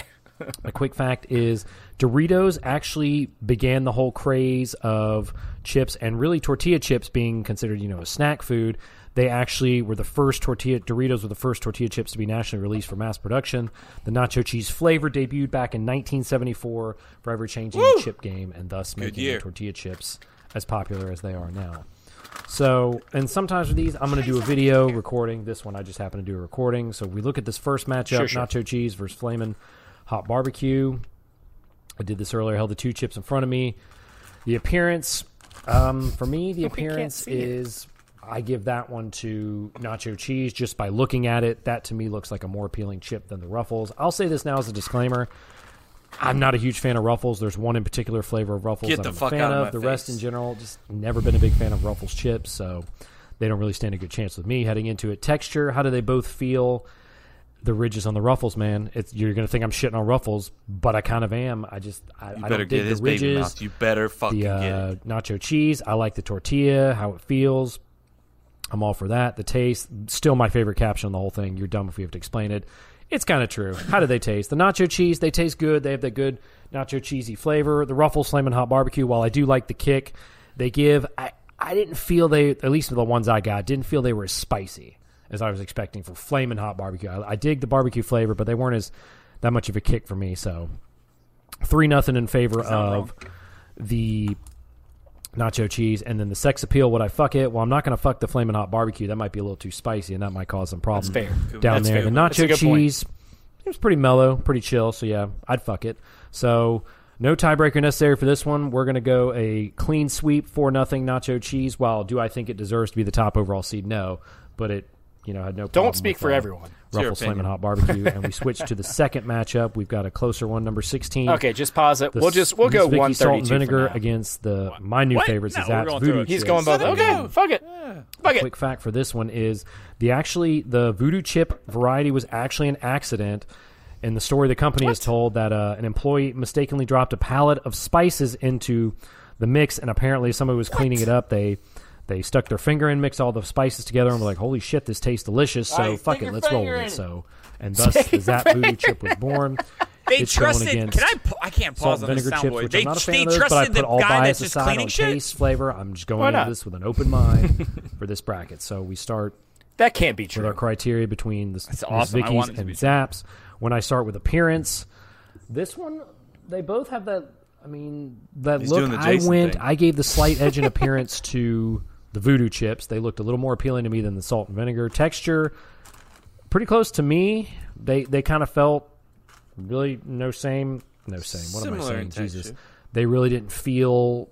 a quick fact is Doritos actually began the whole craze of chips and really tortilla chips being considered, you know, a snack food. They actually were the first tortilla Doritos were the first tortilla chips to be nationally released for mass production. The nacho cheese flavor debuted back in 1974, forever changing the chip game and thus making year. tortilla chips as popular as they are now. So, and sometimes with these, I'm going to do a video recording. This one, I just happen to do a recording. So, we look at this first matchup nacho cheese versus flamin' hot barbecue. I did this earlier, held the two chips in front of me. The appearance, um, for me, the appearance is I give that one to nacho cheese just by looking at it. That to me looks like a more appealing chip than the Ruffles. I'll say this now as a disclaimer. I'm not a huge fan of Ruffles. There's one in particular flavor of Ruffles Get that the I'm fuck a fan out of my The rest face. in general, just never been a big fan of Ruffles chips, so they don't really stand a good chance with me heading into it. Texture, how do they both feel? The ridges on the Ruffles, man. It's, you're gonna think I'm shitting on Ruffles, but I kind of am. I just I, You I better don't dig get his the baby ridges mouth. You better fucking the get uh, it. nacho cheese. I like the tortilla, how it feels. I'm all for that. The taste, still my favorite caption on the whole thing. You're dumb if we have to explain it. It's kind of true. How do they taste? The nacho cheese, they taste good. They have that good nacho cheesy flavor. The Ruffles Flamin' Hot Barbecue, while I do like the kick they give, I, I didn't feel they, at least the ones I got, didn't feel they were as spicy as I was expecting for Flamin' Hot Barbecue. I, I dig the barbecue flavor, but they weren't as that much of a kick for me. So three nothing in favor of the nacho cheese, and then the sex appeal. Would I fuck it? Well, I'm not going to fuck the flaming hot barbecue. That might be a little too spicy, and that might cause some problems fair. down That's there. fair. The That's a nacho good point. cheese it was pretty mellow, pretty chill. So yeah, I'd fuck it. So no tiebreaker necessary for this one. We're gonna go a clean sweep, four nothing nacho cheese. While do I think it deserves to be the top overall seed? No, but it you know had no. problem Don't speak with, for uh, everyone. your Ruffles Flamin' opinion. Hot Barbecue, and we switch to the second matchup. We've got a closer one, number sixteen. Okay, just pause it. The We'll just we'll go Miss Vicky's one salt and thirty-two. vinegar for now. against the my new What? favorites No, is we're Zach going Voodoo. through it. He's Chips. going both. Okay, fuck it, fuck it. Quick fact for this one is the actually the voodoo chip variety was actually an accident. In the story, the company is told that uh, an employee mistakenly dropped a pallet of spices into the mix, and apparently somebody was cleaning it up. They they stuck their finger in, mixed all the spices together, and were like, "Holy shit, this tastes delicious!" So fuck it, let's roll with it. So, and thus the Zap Voodoo chip was born. They It's going trusted. Can against- I? pu- I can't salt pause and on this vinegar chips, soundboard. which They, I'm not a fan they of, those, but I trusted put the all guy bias that's just aside on cleaning shit. taste, flavor. I'm just going not? into this with an open mind for this bracket. So we start That can't be with our true. criteria between the Miss awesome. I Vickies want it to and be Zaps. When I start with appearance, this one they both have that. I mean, that He's look. doing the I Jason went. thing. I gave the slight edge in appearance to the Voodoo chips. They looked a little more appealing to me than the salt and vinegar texture. Pretty close to me. They they kind of felt really no same no same. What am I Similar saying? in Jesus, texture. they really didn't feel.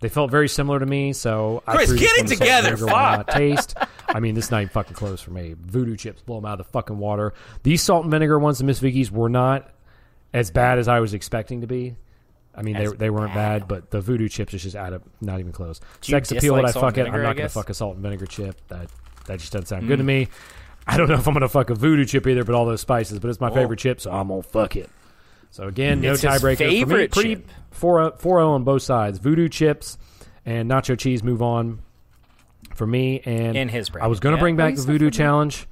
They felt very similar to me, so I Chris, threw get this it one to salt and together, vinegar when I taste. I mean, this is not even fucking close for me. Voodoo chips blow them out of the fucking water. These salt and vinegar ones, the Miss Vickies, were not as bad as I was expecting to be. I mean, they, they weren't bad. but the voodoo chips is just out of not even close. you Sex appeal, dislike would I salt and fuck it? I'm vinegar, I not gonna guess? Hmm. fuck a salt and vinegar chip. That that just doesn't sound good to me. I don't know if I'm gonna fuck a voodoo chip either, but all those spices. But it's my favorite chip, so I'm gonna fuck it. So again, no Oh. It's his tiebreaker. for me, favorite pretty chip. 4-0 4-0 on both sides. Voodoo chips and nacho cheese move on for me. And In his I was going to bracket. bring Yeah, back the voodoo challenge.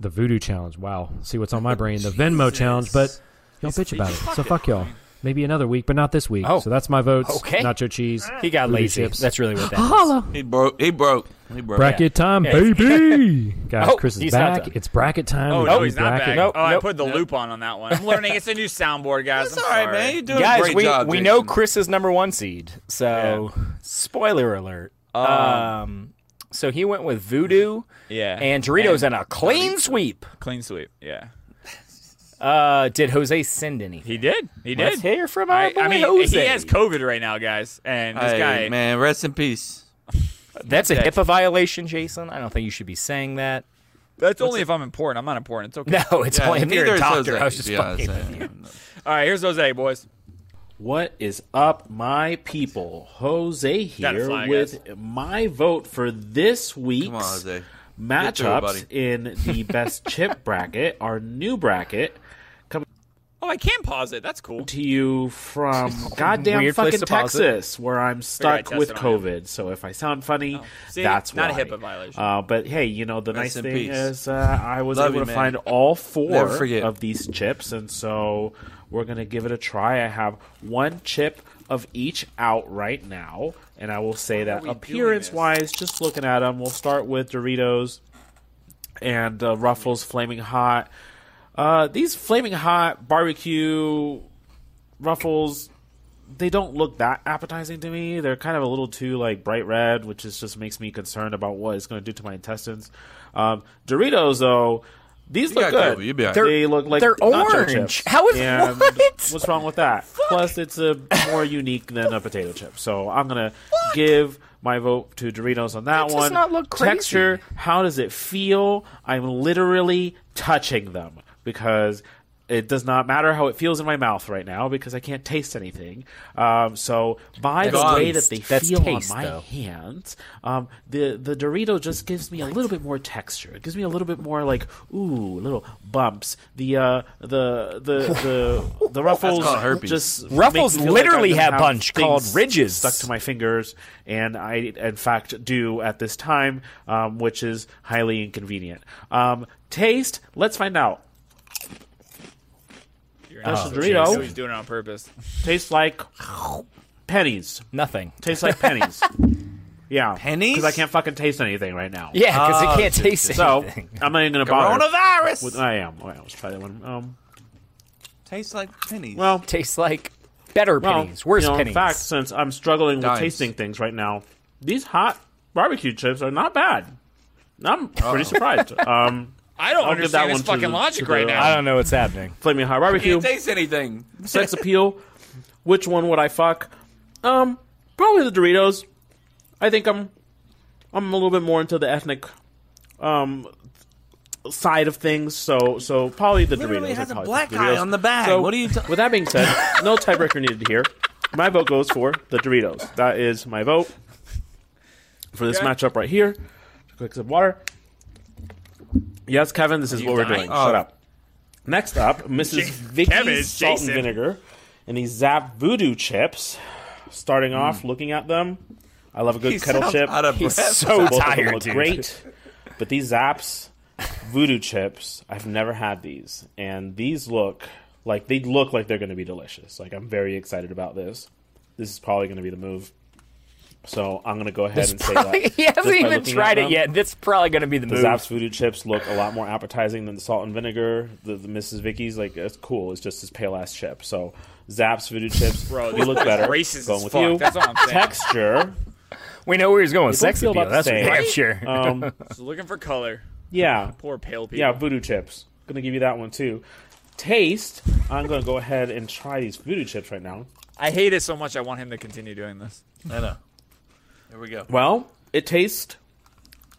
The voodoo challenge. Wow. See what's on my brain. The Venmo challenge, but y'all bitch about it. So fuck y'all. Maybe another week, but not this week. Oh. So that's my votes. Okay. Nacho cheese. He got voodoo lazy. chips. That's really what that. is. He broke. He broke. He broke. Bracket time, Yeah. baby! Guys, Oh, Chris is he's not back. done. It's bracket time. Oh We no, do he's not bracket. back. Nope, oh, I nope, put the nope. loop on on that one. I'm learning. It's a new soundboard, guys. It's I'm all right, sorry. man. You're doing a Guys, great we job. we Jason. know Chris is number one seed. So spoiler alert. Uh. Um, so he went with Voodoo Yeah. and Doritos in a clean sweep. clean sweep. Yeah. Uh, did Jose send any? He did. He did. Let's hear from our I, boy I mean, Jose. he has COVID right now, guys, and this Hey, guy. man, rest in peace. That's a Okay. HIPAA violation, Jason. I don't think you should be saying that. That's only if I'm important. I'm not important. It's okay. No, it's only if you're neither a is doctor. Jose, I was just to be fucking. honest. I- All right, here's Jose, boys. What is up, my people? Jose here fly, guys. with my vote for this week's Come on, Jose. Get through it, buddy. matchups in the best chip bracket, our new bracket, Oh, I can pause it. That's cool. to you from goddamn Weird place fucking to pause it. Texas, where I'm I'd stuck test with it on you. COVID. So if I sound funny, See, that's not a why. HIPAA violation. Uh, but hey, you know the Rest nice in thing peace. is uh, I was Love able you, to man. find all Never four forget. of these chips, and so we're gonna give it a try. I have one chip of each out right now, and I will say that appearance-wise, just looking at them, we'll start with Doritos and uh, Ruffles Flaming Hot. Uh, these Flaming Hot barbecue Ruffles they don't look that appetizing to me. They're kind of a little too like bright red, which is just makes me concerned about what it's going to do to my intestines. Um, Doritos though, these look got good. Google, you be all right. They look like they're nacho orange. chips. How is- And what? What's wrong with that? Plus, it's a more unique than a potato chip. So I'm gonna give my vote to Doritos on that, That does one. not look crazy. Texture. How does it feel? I'm literally touching them because it does not matter how it feels in my mouth right now because I can't taste anything. Um, so by the That's way that taste. they That's feel taste, on my though. hands, um, the the Dorito just gives me a little bit more texture. It gives me a little bit more like ooh, little bumps. The uh, the the the the ruffles called herpes. just Ruffles make me feel like I literally don't have have bunch things called ridges. stuck to my fingers, and I, in fact, do at this time, um, which is highly inconvenient. Um, taste, let's find out. That's a So Dorito. he's doing it on purpose. Tastes like pennies. Nothing. Tastes like pennies. yeah. Pennies? Because I can't fucking taste anything right now. Yeah, because Oh, it can't shit, taste shit. So, anything. I'm not even going to bother. Coronavirus. With, I am. All right, let's try that one. Um, Tastes like pennies. Well, Tastes like better well pennies, worse you know, pennies. In fact, since I'm struggling with Dimes. tasting things right now, these hot barbecue chips are not bad. I'm Oh. pretty surprised. um, I don't I'll give that understand his one to fucking the- logic to right the- now. I don't know what's happening. Flaming Hot Barbecue, can't taste anything. Sex Appeal. Which one would I fuck? Um, probably the Doritos. I think I'm, I'm a little bit more into the ethnic, um, side of things. So, so probably the Literally Doritos. has I'd a probably black pick eye Doritos. on the bag. So, what are you talking? With that being said, no tiebreaker needed here. My vote goes for the Doritos. That is my vote for this matchup right here. Quick sip of water. Yes, Kevin, this is what we're dying? doing. Shut up. Next up, Mrs. Vicky's Kevin, salt Jason. and vinegar and these Zap Voodoo chips. Starting off, looking at them, I love a good He kettle sounds chip. out of He's breath. so Both of them tired, look dude. great, but these Zaps Voodoo chips, I've never had these, and these look like they look like they're going to be delicious. Like I'm very excited about this. This is probably going to be the move. So I'm going to go ahead and say that he just by hasn't even looking at tried it them, yet. That's probably going to be the The move. Zaps voodoo chips look a lot more appetizing than the salt and vinegar. The, the Mrs. Vicky's like it's cool. It's just this pale ass chip. So Zaps voodoo chips, Bro, they this look is better. racist Going as with fuck. you. That's all I'm saying. Texture, We know where he's going. Sex feel appeal. about the That's for same. damn Right? sure. um, Just looking for color. yeah, Poor pale people. Yeah, voodoo chips. Gonna give you that one too. Taste. I'm gonna go ahead and try these voodoo chips right now. I hate it so much. I want him to continue doing this. I know. There we go. Well, it tastes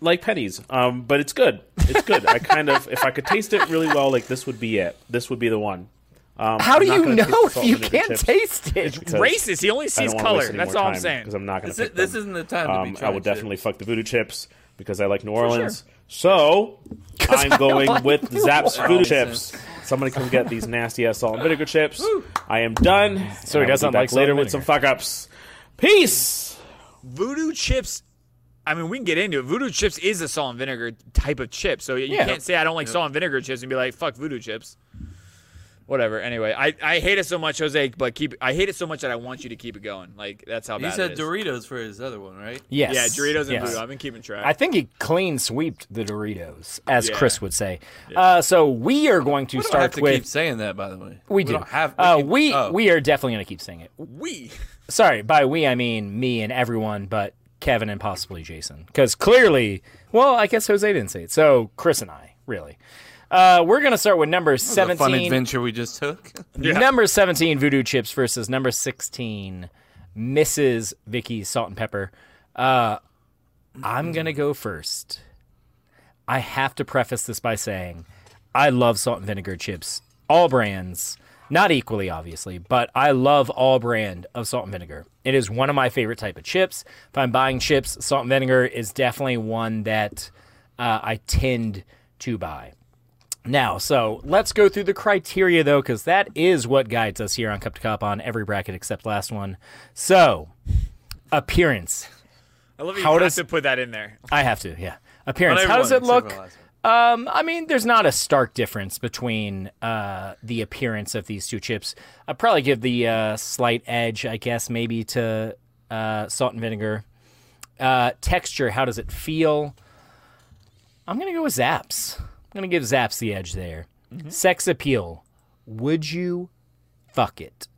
like pennies, um, but it's good. It's good. I kind of, if I could taste it really well, like this would be it. This would be the one. Um, How do I'm not you gonna know taste the if salt you and vinegar can't chips taste it? because Racist. He only I don't sees wanna waste color. any That's more all I'm time, Because saying. I'm not gonna. This, is, pick this them. isn't the time to Um, be I trying will definitely fuck the voodoo chips because I like New Orleans. So I I'm going like with New Zapp's Orleans. voodoo Makes chips. Somebody come get these nasty ass salt and vinegar chips. I am done. So he doesn't like salt later and with some vinegar. fuck ups. Peace. Voodoo chips. I mean, we can get into it. Voodoo chips is a salt and vinegar type of chip, so you Yeah. can't say I don't like salt and vinegar chips and be like, "Fuck voodoo chips." Whatever. Anyway, I, I hate it so much, Jose. But keep I hate it so much that I want you to keep it going. Like that's how He bad said it is. Doritos for his other one, right? Yes. Yeah, Doritos and yes. voodoo. I've been keeping track. I think he clean sweeped the Doritos, as Yeah. Chris would say. Uh, so we are going to We don't have start to with. keep saying that, by the way. we do. Don't have, uh, can- we oh. we are definitely going to keep saying it. we. Sorry, by we I mean me and everyone, but Kevin and possibly Jason, because clearly, well, I guess Jose didn't say it. So Chris and I, really, uh, we're going to start with number That was a fun seventeen. adventure we just took. Number 17, Voodoo Chips versus number 16, Mrs. Vicky's Salt and Pepper. Uh, I'm going to go first. I have to preface this by saying I love salt and vinegar chips, all brands, not equally, obviously, but I love all brand of salt and vinegar. It is one of my favorite type of chips. If I'm buying chips, salt and vinegar is definitely one that uh, I tend to buy. Now, so let's go through the criteria though, because that is what guides us here on Cup to Cup on every bracket except last one. So, appearance. I love you. How How does- does to put that in there? I have to, yeah. Appearance. Not How does it everyone, except look? for the last one. Um, I mean, there's not a stark difference between uh, the appearance of these two chips. I'd probably give the uh, slight edge, I guess, maybe to uh, salt and vinegar. Uh, texture. How does it feel? I'm gonna go with Zaps. I'm gonna give Zaps the edge there. Sex appeal. Would you fuck it?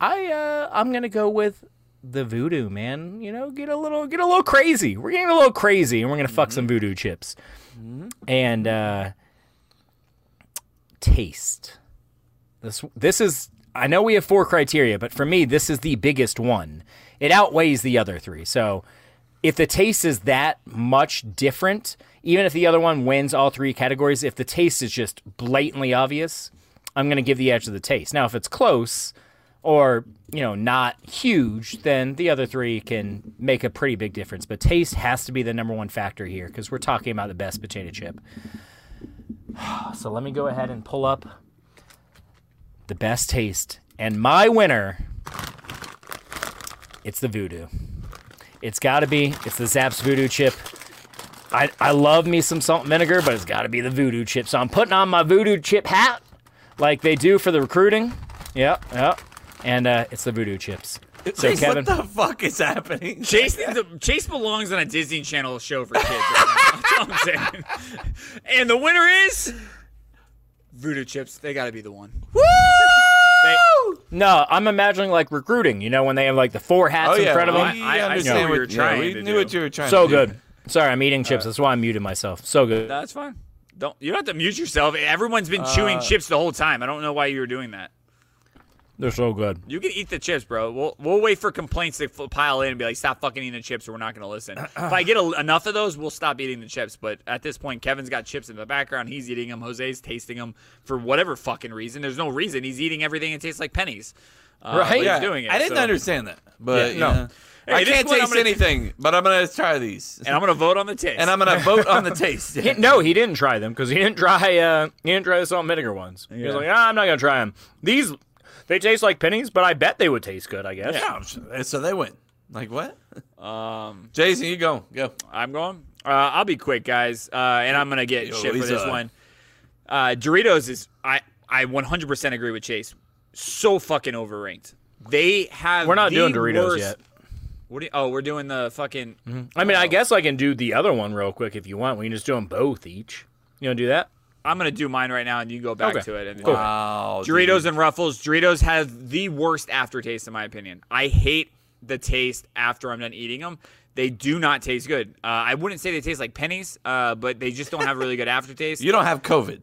I uh, I'm gonna go with the voodoo man. You know, get a little get a little crazy. We're getting a little crazy, and we're gonna fuck some voodoo chips. And uh, taste. This this is. I know we have four criteria, but for me, this is the biggest one. It outweighs the other three. So, if the taste is that much different, even if the other one wins all three categories, if the taste is just blatantly obvious, I'm going to give the edge to the taste. Now, if it's close or, you know, not huge, then the other three can make a pretty big difference. But taste has to be the number one factor here because we're talking about the best potato chip. So let me go ahead and pull up the best taste. And my winner, it's the voodoo. It's got to be. It's the Zapp's Voodoo Chip. I, I love me some salt and vinegar, but it's got to be the Voodoo Chip. So I'm putting on my Voodoo Chip hat, like they do for the recruiting. Yep, yep. And uh, it's the Voodoo Chips. So Chase, Kevin, what the fuck is happening? Chase needs a, Chase belongs on a Disney Channel show for kids. Right now. That's all I'm saying. And the winner is Voodoo Chips. They got to be the one. Woo! No, I'm imagining like recruiting. You know, when they have like the four hats Oh in yeah, front of we them. I- I understand know what what you're yeah, trying we to knew do. what you were trying. so to do. Uh, good. Sorry, I'm eating chips. That's why I muted myself. So good. That's fine. Don't you don't have to mute yourself. Everyone's been Uh, chewing chips the whole time. I don't know why you were doing that. They're so good. You can eat the chips, bro. We'll we'll wait for complaints to f- pile in and be like, stop fucking eating the chips, or we're not gonna listen. if I get a, enough of those, we'll stop eating the chips. But at this point, Kevin's got chips in the background. He's eating them. Jose's tasting them for whatever fucking reason. There's no reason. He's eating everything. It tastes like pennies. Uh, Right? but He's Yeah, doing it. I didn't so- understand that, but Yeah, you no. know. Hey, I this can't one I'm taste gonna- anything, but I'm gonna try these, And I'm gonna vote on the taste. and I'm gonna vote on the taste. He- Yeah. no, he didn't try them because he didn't try. Uh, he didn't try the salt and vinegar ones. He was Yeah. like, ah, I'm not gonna try them. These, they taste like pennies, but I bet they would taste good. I guess. Yeah, I'm sure- so they win. Like what? Um, Jason, you go, go. I'm going. Uh, I'll be quick, guys, uh, and I'm gonna get Yo, shit for he's, this uh, one. Uh, Doritos is I I 100% agree with Chase. So fucking overranked. They have We're not the doing Doritos worst- yet. Mm-hmm. What do you, oh, we're doing the fucking I mean, I guess I can do the other one real quick if you want. We can just do them both each. You want to do that? I'm gonna do mine right now, and you can go back Okay. to it. And Cool. Wow, dude. Doritos and Ruffles. Doritos have the worst aftertaste, in my opinion. I hate the taste after I'm done eating them. They do not taste good. Uh, I wouldn't say they taste like pennies, uh, but they just don't have really good aftertaste. You don't have COVID.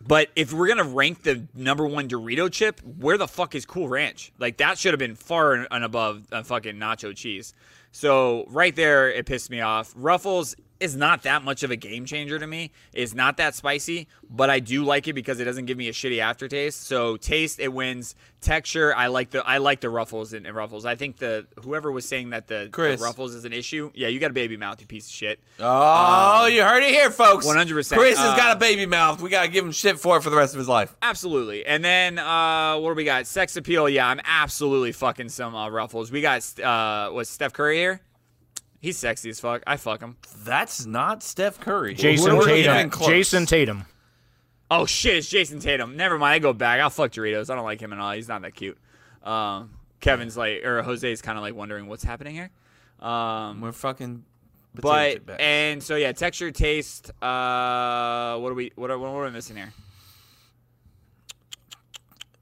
But if we're gonna rank the number one Dorito chip, where the fuck is Cool Ranch? Like that should have been far and- and above uh, fucking nacho cheese. So right there, it pissed me off. Ruffles is not that much of a game changer to me. It's not that spicy, but I do like it because it doesn't give me a shitty aftertaste. So taste, it wins. Texture, I like the I like the Ruffles and, and Ruffles. I think the whoever was saying that the, the Chris. Ruffles is an issue. Yeah, you got a baby mouth, you piece of shit. Oh, you heard it here, folks. 100%, Chris has uh, got a baby mouth. We gotta give him shit for it for the rest of his life. Absolutely. And then uh, what do we got? Sex appeal. Yeah, I'm absolutely fucking some uh, ruffles. We got uh, was Steph Curry here? He's sexy as fuck. I fuck him. That's not Steph Curry. Jason We're Tatum. even close. Jason Tatum. Oh shit, it's Jason Tatum. Never mind. I go back. I'll fuck Doritos. I don't like him at all. He's not that cute. Um, Kevin's like, or Jose's kind of like wondering what's happening here. Um, We're fucking. potato chip but back. and so yeah, texture, taste. Uh, what are we? What are, what are we missing here?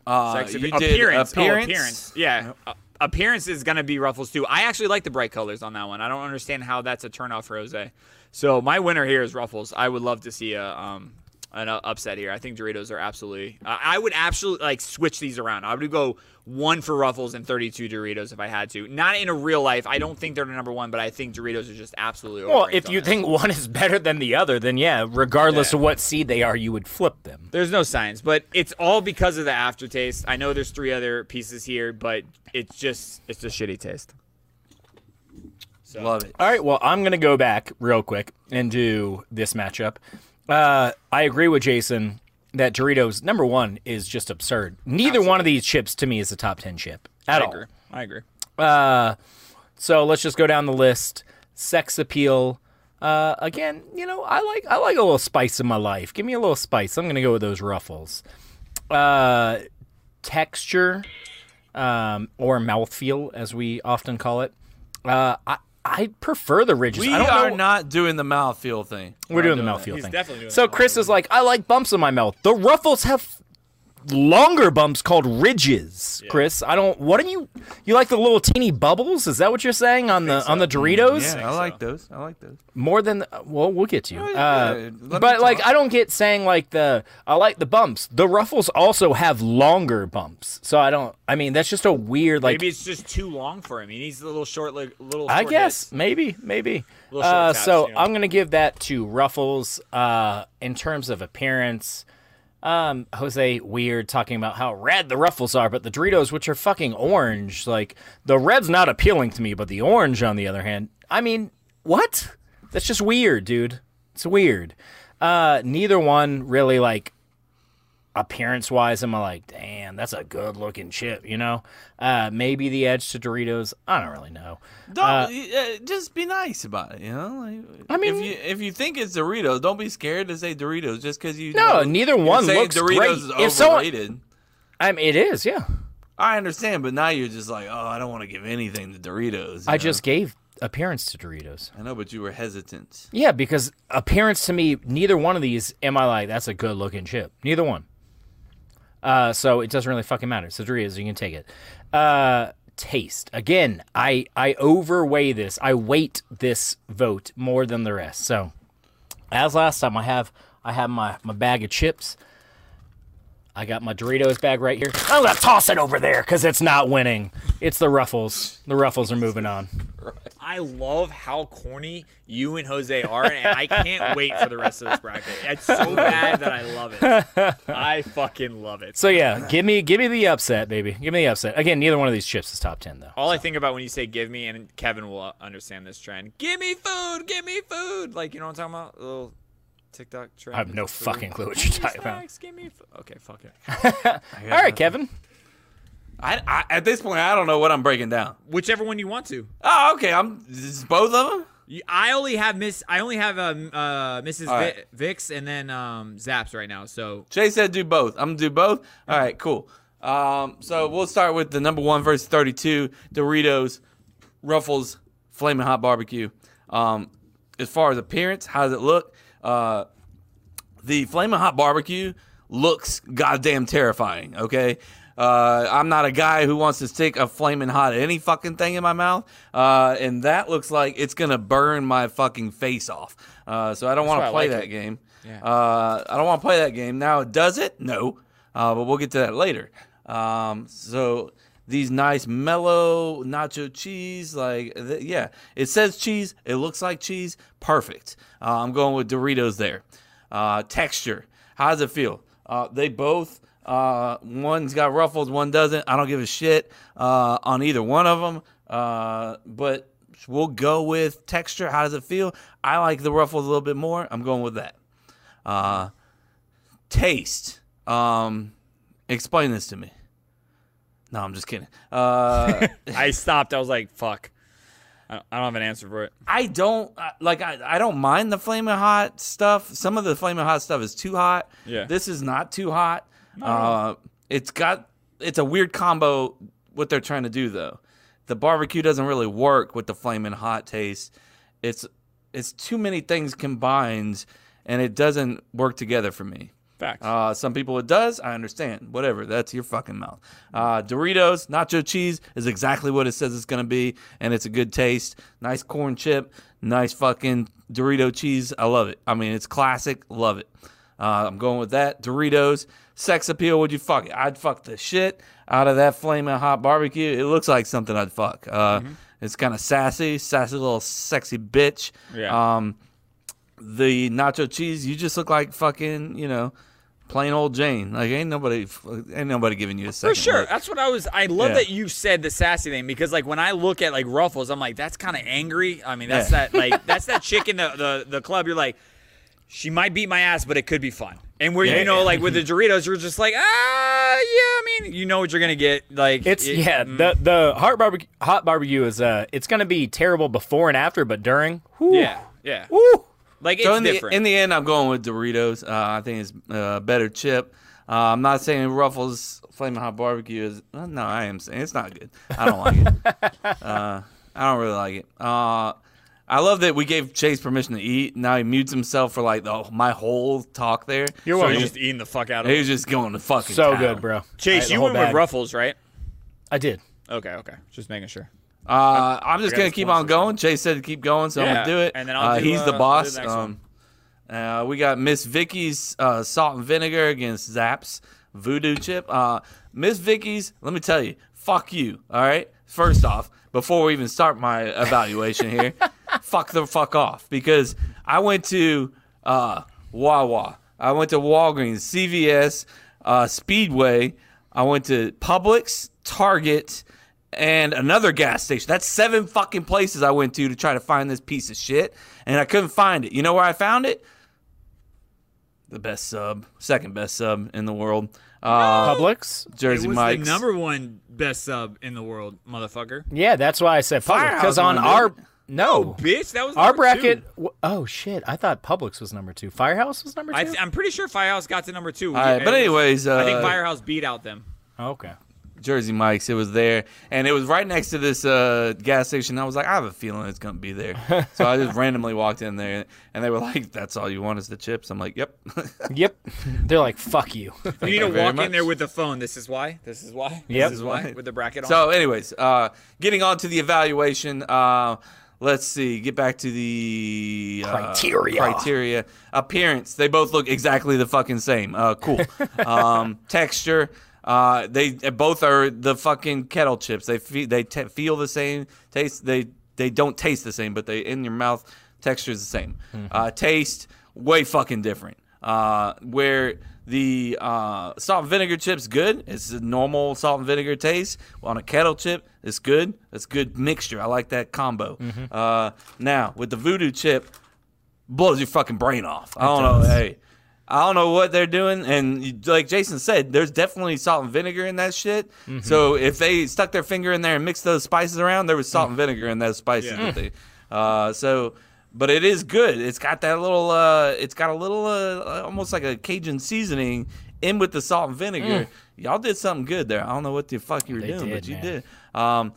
Uh, Sex appe- you did appearance. Oh, appearance. appearance. Yeah. Uh, appearance is going to be Ruffles too. I actually like the bright colors on that one. I don't understand how that's a turnoff for Jose. So my winner here is Ruffles. I would love to see a um an uh, upset here. I think Doritos are absolutely. Uh, I would absolutely like switch these around. I would go one for Ruffles and 32 Doritos if I had to. Not in a real life. I don't think they're the number one, but I think Doritos are just absolutely. Well, overranked if on you this. think one is better than the other, then yeah, regardless of what seed they are, you would flip them. There's no science, but it's all because of the aftertaste. I know there's three other pieces here, but it's just it's a shitty taste. Love it. All right, well, I'm going to go back real quick and do this matchup. Uh, I agree with Jason that Doritos, number one, is just absurd. Neither one of these chips to me is a top 10 chip at all. I agree. So let's just go down the list. Sex appeal. Uh, again, you know, I like I like a little spice in my life. Give me a little spice. I'm gonna go with those ruffles. Uh, texture, um, or mouthfeel, as we often call it. Uh, I I prefer the ridges. We I don't are know. not doing the mouthfeel thing. We're doing the mouthfeel He's thing. definitely doing so the Chris is like, I like bumps in my mouth. The ruffles have longer bumps called ridges. Chris, I don't. What do you? You like the little teeny bubbles? Is that what you're saying on the on the Doritos? Yeah, I like those. I like those. More than well, we'll get to you. yeah, yeah. Uh, Let me but like, talk. I don't get saying like the I like the bumps. The ruffles also have longer bumps, so I don't. I mean, that's just a weird like. Maybe it's just too long for him. He needs a little short, like, little. I short guess hits. maybe maybe. Little short Uh, taps, so you know. I'm gonna give that to Ruffles. Uh, in terms of appearance, um, Jose weird talking about how red the Ruffles are, but the Doritos, which are fucking orange, like the red's not appealing to me, but the orange, on the other hand, I mean, what? That's just weird, dude. It's weird. Uh, neither one really like appearance wise, I'm like, damn, that's a good looking chip, you know? Uh, maybe the edge to Doritos. I don't really know. Don't uh, just be nice about it. You know, like, I mean- if you if you think it's Doritos, don't be scared to say Doritos just because you. No, know- neither you're one saying looks Doritos great. Is If someone- overrated. I mean, it is, yeah. I understand, but now you're just like, oh, I don't want to give anything to Doritos. you I know? just gave appearance to Doritos. I know, but you were hesitant. Yeah, because appearance to me, neither one of these am I like, that's a good looking chip. Neither one. Uh, so it doesn't really fucking matter. It's Doritos. You can take it. Uh, taste. Again, I I overweigh this. I weight this vote more than the rest. So as last time, I have I have my my bag of chips. I got my Doritos bag right here. I'm gonna toss it over there because it's not winning. It's the Ruffles. The Ruffles are moving on. I love how corny you and Jose are, and I can't wait for the rest of this bracket. It's so bad that I love it. I fucking love it. So yeah, give me give me the upset, baby. Give me the upset. Again, neither one of these chips is top ten though. All I think about when you say "give me," and Kevin will uh, understand this trend. Give me food, give me food. Like you know what I'm talking about? A little TikTok trend. I have no Food. fucking clue what you're talking about. Snacks, give me food. Okay, fuck it. All right, Kevin. I, I, at this point, I don't know what I'm breaking down. Whichever one you want to. Oh, okay. I'm is both of them. You- I only have Miss. I only have um, uh, Mrs. All Vi- right. Vix and then um, Zaps right now. So Jay said do both. I'm gonna do both. All right, cool. Um, so we'll start with the number one versus 32 Doritos, Ruffles, Flaming Hot Barbecue. Um, as far as appearance, how does it look? Uh, the Flaming Hot Barbecue looks goddamn terrifying. Okay. Uh, I'm not a guy who wants to stick a flaming hot any fucking thing in my mouth, uh, and that looks like it's gonna burn my fucking face off. Uh, so I don't want why I to play like that it. game. Uh, I don't want to play that game now. Does it? No, uh, but we'll get to that later. Um, so these nice mellow nacho cheese, like th- yeah, it says cheese. It looks like cheese. Perfect. Uh, I'm going with Doritos there. Uh, texture. How does it feel? Uh, they both. Uh, one's got ruffles, one doesn't. I don't give a shit uh, on either one of them. Uh, but we'll go with texture. How does it feel? I like the ruffles a little bit more. I'm going with that. Uh, taste. Um, explain this to me. No, I'm just kidding. Uh, I stopped. I was like, "Fuck." I don't I don't have an answer for it. I don't I- like. I, I don't mind the flaming hot stuff. Some of the flaming hot stuff is too hot. Yeah. This is not too hot. Uh, it's got. It's a weird combo. What they're trying to do though, the barbecue doesn't really work with the flaming hot taste. It's it's too many things combined, and it doesn't work together for me. Facts. Uh, some people it does. I understand. Whatever. That's your fucking mouth. Uh, Doritos, nacho cheese is exactly what it says it's going to be, and it's a good taste. Nice corn chip, nice fucking Dorito cheese. I love it. I mean, it's classic. Love it. Uh, I'm going with that. Doritos, sex appeal. Would you fuck it? I'd fuck the shit out of that flaming hot barbecue. It looks like something I'd fuck. Uh, It's kind of sassy, sassy little sexy bitch. Yeah. Um, the nacho cheese, you just look like fucking, you know, plain old Jane. Like ain't nobody, f- ain't nobody giving you a second. For sure. look. That's what I was. I love Yeah. that you said the sassy thing because, like, when I look at like Ruffles, I'm like, that's kind of angry. I mean, that's Yeah. that like that's that chick in the, the the club. You're like, she might beat my ass, but it could be fun. And where Yeah. you know, like with the Doritos, you're just like, ah, yeah. I mean, you know what you're gonna get. Like, It's it- yeah. mm, The the hot barbecue hot barbecue is uh it's gonna be terrible before and after, but during. whew, yeah, yeah. whew. Like it's So in the, different. in the end, I'm going with Doritos. Uh, I think it's uh, better chip. Uh, I'm not saying Ruffles Flaming Hot Barbecue is. uh, No, I am saying it's not good. I don't like it. Uh, I don't really like it. Uh, I love that we gave Chase permission to eat. Now he mutes himself for like the, my whole talk there. You're so welcome. you're just eating the fuck out of He it. was just going to fucking so town. good, bro. I- Chase, the you whole went with bag. Ruffles, right? I did. Okay, okay. Just making sure. Uh, I'm just got gonna this keep one on for going. Jay said to keep going, so I'm Yeah, gonna do it. and then I'll uh, do, he's uh, I'll the do boss. the next um, uh, we got Miss Vicky's uh, salt and vinegar against Zaps Voodoo Chip. Uh, Miss Vicky's, let me tell you, fuck you. All right. First off, before we even start my evaluation here, fuck the fuck off because I went to uh, Wawa, I went to Walgreens, CVS, uh, Speedway, I went to Publix, Target and another gas station. That's seven fucking places I went to to try to find this piece of shit, and I couldn't find it. You know where I found it? The best sub, second best sub in the world, uh, Publix. Jersey Mike's. one best sub in the world, motherfucker. Yeah, that's why I said Publix because Firehouse on won, our didn't no Bitch, that was our Oh, number two. bracket. w- Oh shit! I thought Publix was number two. Firehouse was number two. I th- I'm pretty sure Firehouse got to number two. All right, but anyways, uh, I think Firehouse beat out them. okay. Jersey Mike's. It was there, and it was right next to this uh, gas station. I was like, I have a feeling it's gonna be there, so I just randomly walked in there, and they were like, "That's all you want is the chips." I'm like, "Yep." Yep. They're like, fuck you. You need to you very walk much. in there with the phone. This is why. This is why. Yep. This is why. With the bracket on. so, anyways, uh, getting on to the evaluation. Uh, let's see. Get back to the uh, Criteria. criteria. Appearance. They both look exactly the fucking same. Uh, cool. um, texture. Uh, they both are the fucking kettle chips. They fe- they te- feel the same. Taste. They they don't taste the same, but they in your mouth texture is the same. Uh, taste way fucking different. Uh, where the uh, salt and vinegar chips good. It's a normal salt and vinegar taste. On a kettle chip, it's good. It's good mixture. I like that combo. Uh, now with the voodoo chip, blows your fucking brain off. I don't know. Hey, I don't know what they're doing. And you, like Jason said, there's definitely salt and vinegar in that shit. Mm-hmm. So if they stuck their finger in there and mixed those spices around, there was salt Mm. and vinegar in those spices. That they, uh, so. But it is good. It's got that little. Uh, it's got a little, uh, almost like a Cajun seasoning in with the salt and vinegar. Y'all did something good there. I don't know what the fuck you were doing, Mm. did, but you man. did. Um,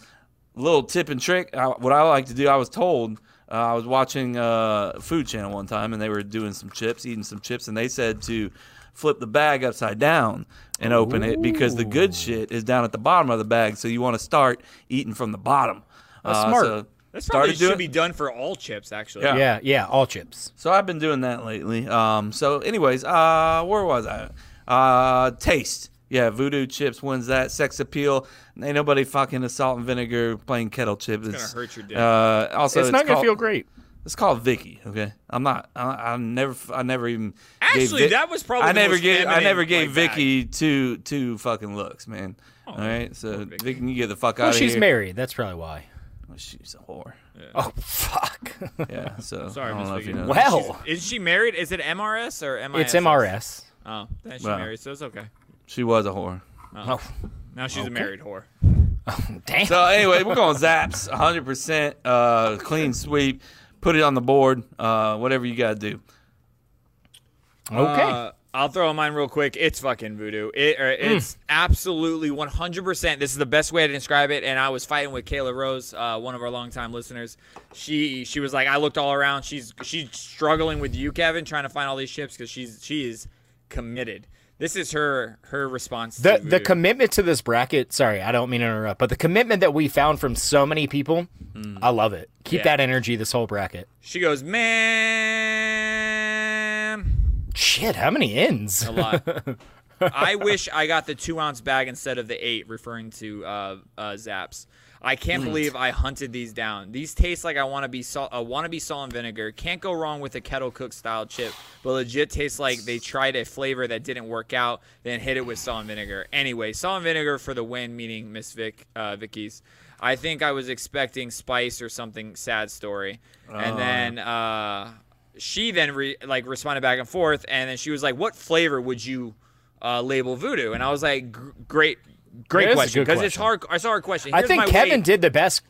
little tip and trick. I, what I like to do, I was told, uh, I was watching uh, Food Channel one time, and they were doing some chips, eating some chips, and they said to flip the bag upside down and open it because the good shit is down at the bottom of the bag. So you want to start eating from the bottom. That's smart. That's probably doing- should be done for all chips, actually. Yeah. Yeah, yeah, all chips. So I've been doing that lately. Um, so, anyways, uh, where was I? Uh, taste. Yeah, voodoo chips wins that. Sex appeal. Ain't nobody fucking a salt and vinegar plain kettle chip. It's, hurt your dick. Uh, also, it's, not called, gonna feel great. It's called Vicky. Okay, I'm not. I, I never. I never even. gave Actually, Vic- that was probably I the never most gave. I feminine, never gave like, Oh, bag. Vicky two two fucking looks, man. All right, so Vicky. can you get the fuck out Well, of Oh, she's here? married. That's probably why. She's a whore. Oh fuck. Yeah. So Sorry, I don't Miss know if Vicky. you know. that. well, Is she married? Is it MRS or MIS? it's MRS. Oh, then she's Well. married, so it's okay. she was a whore. Oh, Now she's a married whore. damn. So anyway, we're going zaps, 100 percent, uh, clean sweep. Put it on the board. Uh, whatever you gotta do. okay. Uh, I'll throw mine real quick. It's fucking voodoo. It, er, it's absolutely 100%. This is the best way to describe it. And I was fighting with Kayla Rose, uh, one of our longtime listeners. She she was like, I looked all around. She's she's struggling with you, Kevin, trying to find all these ships because she's she is committed. This is her her response. to the the voodoo. commitment to this bracket. Sorry, I don't mean to interrupt, but the commitment that we found from so many people, I love it. Keep Hmm. Yeah. that energy this whole bracket. she goes, man. Shit, how many ends? a lot. I wish I got the two ounce bag instead of the eight, referring to uh, uh, Zaps. I can't believe I hunted these down. These taste like I want to be salt, uh, want to be salt and vinegar. Can't go wrong with a kettle cooked style chip, but legit tastes like they tried a flavor that didn't work out, then hit it with salt and vinegar. Anyway, salt and vinegar for the win, meaning Miss Vic, uh, Vicky's. I think I was expecting spice or something sad story, and then. Uh, she then re- like responded back and forth, and then she was like, "What flavor would you uh, label voodoo?" And I was like, "Gr- "Great, That great is a question." good Because it's question. hard. It's a hard question. I Here's think my Kevin way- did the best.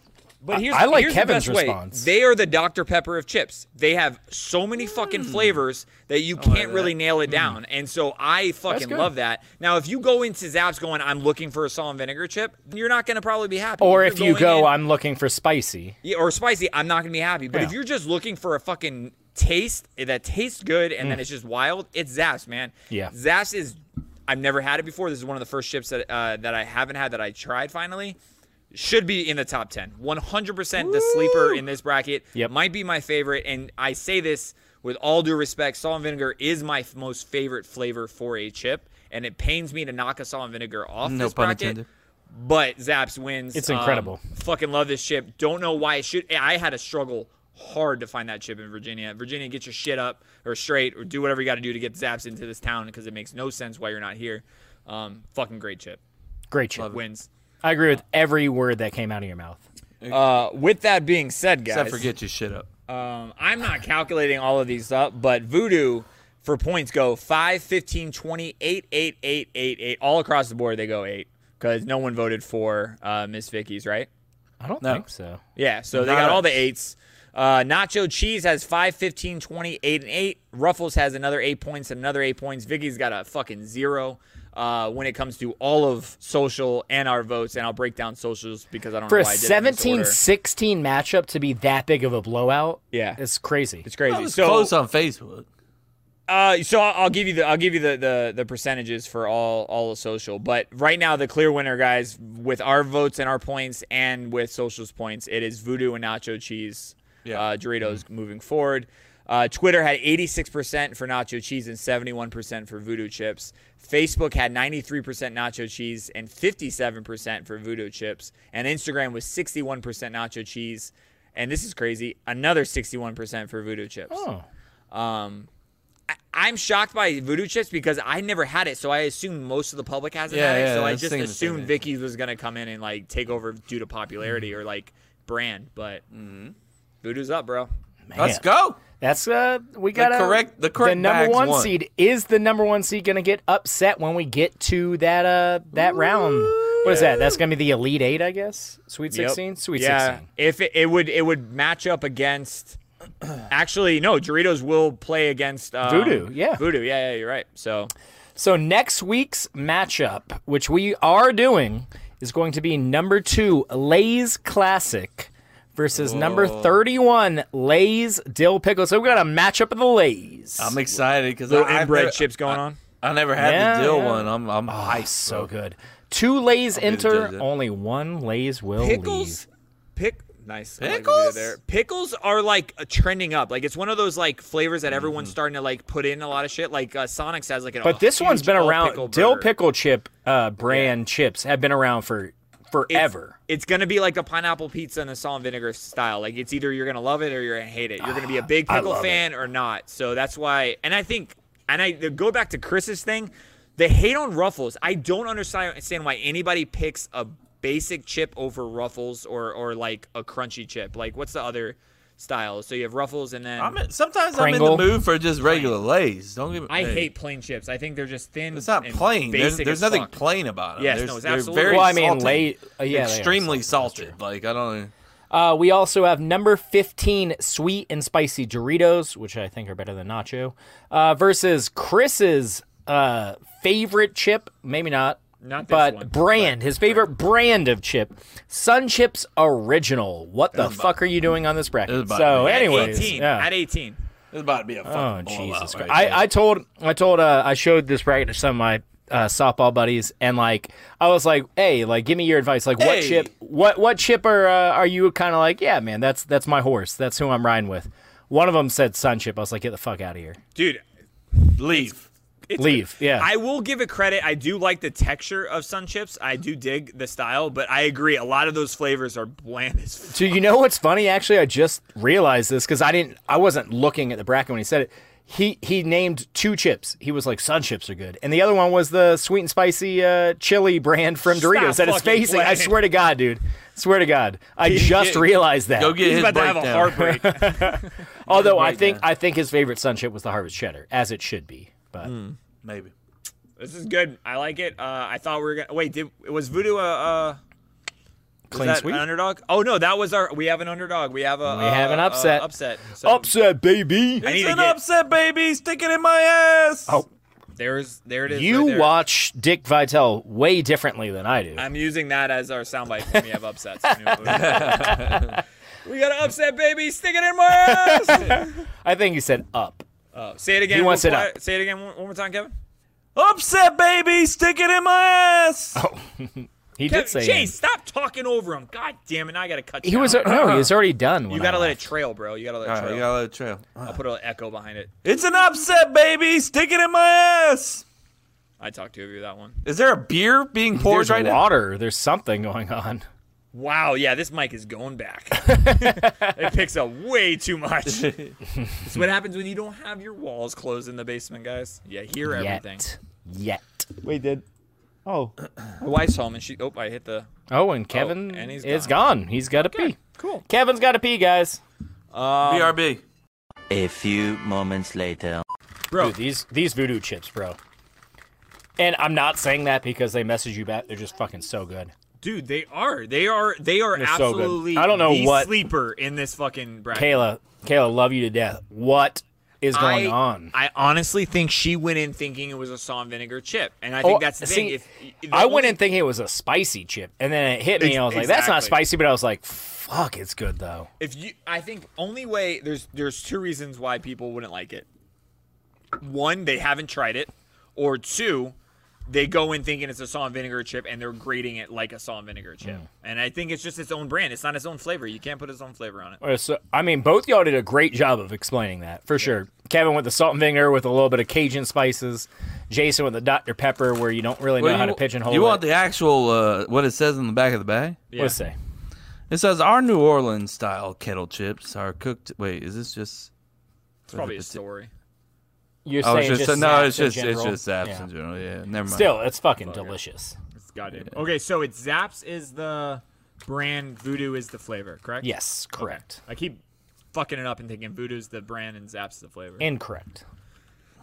But here's, I like here's Kevin's the best response. Way. They are the Dr Pepper of chips. They have so many fucking Hmm. flavors that you can't really nail it down. And so I fucking good. love that. Now, if you go into Zaps going, "I'm looking for a salt and vinegar chip," you're not going to probably be happy. Or You're if you going go, in- I'm looking for spicy. yeah, or spicy, I'm not gonna be happy. But if Yeah. you're just looking for a fucking taste eh, that tastes good and then it's just wild, it's Zaps, man. Yeah. Zaps is. I've never had it before. This is one of the first chips that uh, that I haven't had that I tried. Finally, should be in the top ten. 100% the sleeper in this bracket. Yep. might be my favorite. And I say this with all due respect, salt and vinegar is my f- most favorite flavor for a chip, and it pains me to knock a salt and vinegar off No this pun bracket. intended. But Zaps wins. It's incredible. Um, fucking love this ship. Don't know why it should. I had a struggle hard to find that chip in Virginia. Virginia, get your shit up or straight or do whatever you got to do to get Zaps into this town because it makes no sense why you're not here. Um, fucking great chip. Great chip. Wins. I agree with every word that came out of your mouth. Uh, with that being said, guys, Except for get your shit up. um, I'm not calculating all of these up, but Voodoo for points go 5, 15, 20, 8, 8, 8, 8, 8. All across the board, they go 8 because no one voted for uh, Miss Vicky's, right? I don't No. think so. Yeah, so they Not got all us. the eights. Uh, Nacho Cheese has 5, 15, 20, 8, and 8. Ruffles has another 8 points, another 8 points. Vicky's got a fucking zero. uh, when it comes to all of social and our votes, and I'll break down socials because I don't For know a why Oh, I did it in this 17 order. 16 matchup to be that big of a blowout, Yeah. it's crazy. It's crazy. That was so, close on Facebook. Uh, so I'll I'll give you the I'll give you the, the the percentages for all all of social. But right now, the clear winner, guys, with our votes and our points, and with social's points, it is Voodoo and Nacho Cheese. Yeah. Uh, Doritos moving forward. Uh, Twitter had 86% for nacho cheese and 71% for voodoo chips. Facebook had 93% nacho cheese and 57% for voodoo chips. And Instagram was 61% nacho cheese. And this is crazy another 61% for voodoo chips. Oh. I'm shocked by voodoo chips because I never had it, so I assumed most of the public hasn't Yeah, had it. yeah, so I I was just thinking the same assumed thing. Vicky's was gonna come in and like take over due to popularity Mm-hmm. or like brand, but voodoo's up, bro. Let's go. That's uh, we got correct- the correct number bags one won. seed is the number one seed going to get upset when we get to that uh that round. What is that? That's going to be the elite eight, I guess. Sweet Yep. sixteen, sweet yeah. sixteen. If it, it would, it would match up against. Actually, no. Doritos will play against um, Voodoo, yeah. Voodoo. Yeah, yeah. You're right. So So next week's matchup, which we are doing, is going to be number two Lay's Classic versus number thirty-one Lay's Dill Pickle. So we got a matchup of the Lays. I'm excited because little I, I've inbred never- chips going on. I never had Yeah, the dill yeah. one. I'm I'm Oh, hyped. so bro. good. Two Lays be the judge enter, then. only one Lays will leave. pickles pick nice I like what you did Pickles? there. pickles are like uh, trending up like it's one of those like flavors that everyone's starting to like put in a lot of shit like uh, sonic's has like an Mm-hmm. But this one's huge been all around. pickle dill burger. pickle chip uh, brand chips have been around for It's- forever. it's gonna be like a pineapple pizza in the salt and vinegar style like it's either you're gonna love it or you're gonna hate it you're gonna Ah, be a big I pickle love fan or not so that's why and i think and i to go back to chris's thing the hate on ruffles i don't understand why anybody picks a basic chip over ruffles or or like a crunchy chip like what's the other style so you have ruffles and then I'm in- sometimes Pringle. I'm in the mood for just regular Lay's. Don't give. I hey, hate plain chips. I think they're just thin. It's not and plain. There's, basic there's as nothing fuck. plain about them. Yes, There's- no, it's they're absolutely- very Well, I mean, salty. Lay. Uh, yeah, they are extremely salty. salted. Like I don't. Uh, we also have number fifteen sweet and spicy Doritos, which I think are better than nacho, uh, versus Chris's uh, favorite chip. Maybe not. Not this but one, brand, his favorite brand of chip, Sun Chips Original. What the fuck are you doing on this bracket? about So, me. At anyways, 18. yeah. At 18. It's about to be a Oh fucking Jesus blowout Christ! right there. I, I told I told uh, I showed this bracket to some of my uh, softball buddies, and like I was like, hey, like give me your advice. Like what Hey. chip? What what chip are uh, are you kind of like? Yeah, man, that's that's my horse. That's who I'm riding with. One of them said sun chip. I was like, get the fuck out of here. Dude, leave. it's- Leave. Yeah. I will give it credit. I do like the texture of sun chips. I do dig the style, but I agree. A lot of those flavors are bland as fuck. so you know what's funny? Actually, I just realized this because I didn't. I wasn't looking at the bracket when he said it. He he named two chips. He was like sun chips are good, and the other one was the sweet and spicy uh, chili brand from Stop Doritos that is fucking facing. I playing. swear to God, dude. Swear to God, I just get- realized that. Go get He's his about to have breakdown. a heartbreak. Although I think I think his favorite sun chip was the harvest cheddar, as it should be. But Hmm. Maybe. this is good. I like it. Uh, I thought we were going to. Wait, did, was Voodoo a. Uh, was Clean that sweep? an underdog? Oh, no. That was our. We have an underdog. We have a. We have an uh, uh, upset. upset. So upset, baby. I It's need to an get. upset, baby. Stick it in my ass. Oh, There's, there it is. right You there. watch Dick Vitale way differently than I do. I'm using that as our soundbite when we have upsets. we got an upset, baby. Stick it in my ass. I think he said up. Oh, say it again. He wants one it more- up. Say it again one, one more time, Kevin. upset, baby. Stick it in my ass. He Kevin did say Chase, stop talking over him. God damn it! Now I gotta cut. He you was out. no, he was already done. when You gotta I let it left. trail, bro. You gotta let it All trail. right, you gotta let it trail. I'll put a little echo behind it. It's an upset, baby. Stick it in my ass. I talked to you about that one. Is there a beer being poured There's right now? water. There's something going on. Wow, yeah, this mic is going back. it picks up way too much. it's what happens when you don't have your walls closed in the basement, guys. Yeah, hear everything. Yet, yet. My wife saw him and she. Oh, I hit the. Oh, and Kevin and he's is gone. He's got to pee. Cool. Kevin's got to pee, guys. BRB. A few moments later. Bro. Dude, these these voodoo chips, bro. And I'm not saying that because they message you back. They're just fucking so good. Dude, they are. They are. They are They're so good. absolutely. I don't know the what- sleeper in this fucking bracket. Kayla, Kayla, love you to death. What is going I- on? I honestly think she went in thinking it was a salt and vinegar chip, and I think Oh, that's the thing. see, If, the I went only- in thinking it was a spicy chip, and then it hit me. Ex- I was like, "That's not exactly. spicy," but I was like, "Fuck, it's good though." if you i think only way there's there's two reasons why people wouldn't like it one they haven't tried it or two they go in thinking it's a salt and vinegar chip and they're grading it like a salt and vinegar chip Hmm. and i think it's just its own brand it's not its own flavor you can't put its own flavor on it Uh, So, I mean, both y'all did a great job of explaining that for sure. Kevin with the salt and vinegar with a little bit of Cajun spices. Jason with the Dr Pepper, where you don't really know Well, how you- to pigeonhole. You it. want the actual uh, what it says on the back of the bag? Yeah. Let's say It says our New Orleans style kettle chips are cooked. Wait, is this just? it's probably a story you're Oh, it's saying just, just no. It's zaps in just it's general? just zaps Yeah. in general. Yeah, never mind. Still, it's fucking delicious. it's got it okay so it's zaps is the brand voodoo is the flavor correct Yes, correct. i keep fucking it up and thinking voodoo's the brand and zaps is the flavor Incorrect.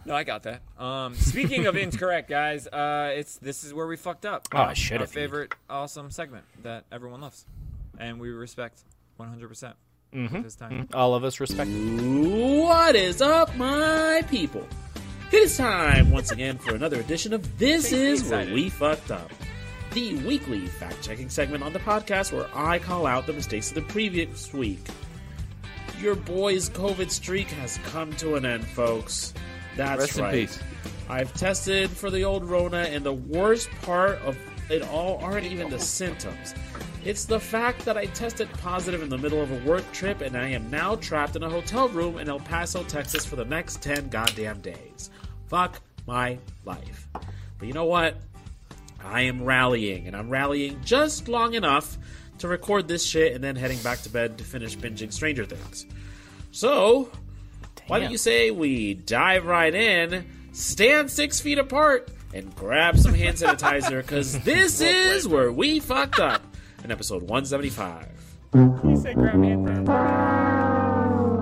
No, I got that. Um, speaking of incorrect, guys, uh, it's this is where we fucked up. Oh, I should Our have, dude. favorite awesome segment that everyone loves, and we respect 100 percent Mm-hmm. this time. All of us respect. it. Um, What is up, my people? It is time once again for another edition of This Is Where We Fucked Up, the weekly fact checking segment on the podcast where I call out the mistakes of the previous week. Your boy's COVID streak has come to an end, folks. That's Rest in right. peace. I've tested for the old Rona, and the worst part of it all aren't even the symptoms. It's the fact that I tested positive in the middle of a work trip, and I am now trapped in a hotel room in El Paso, Texas for the next 10 goddamn days. Fuck my life. But you know what? I am rallying, and I'm rallying just long enough to record this shit and then heading back to bed to finish binging Stranger Things. So, why don't you say we dive right in, stand six feet apart, and grab some hand sanitizer because this is where we fucked up in episode 175. Mm-hmm.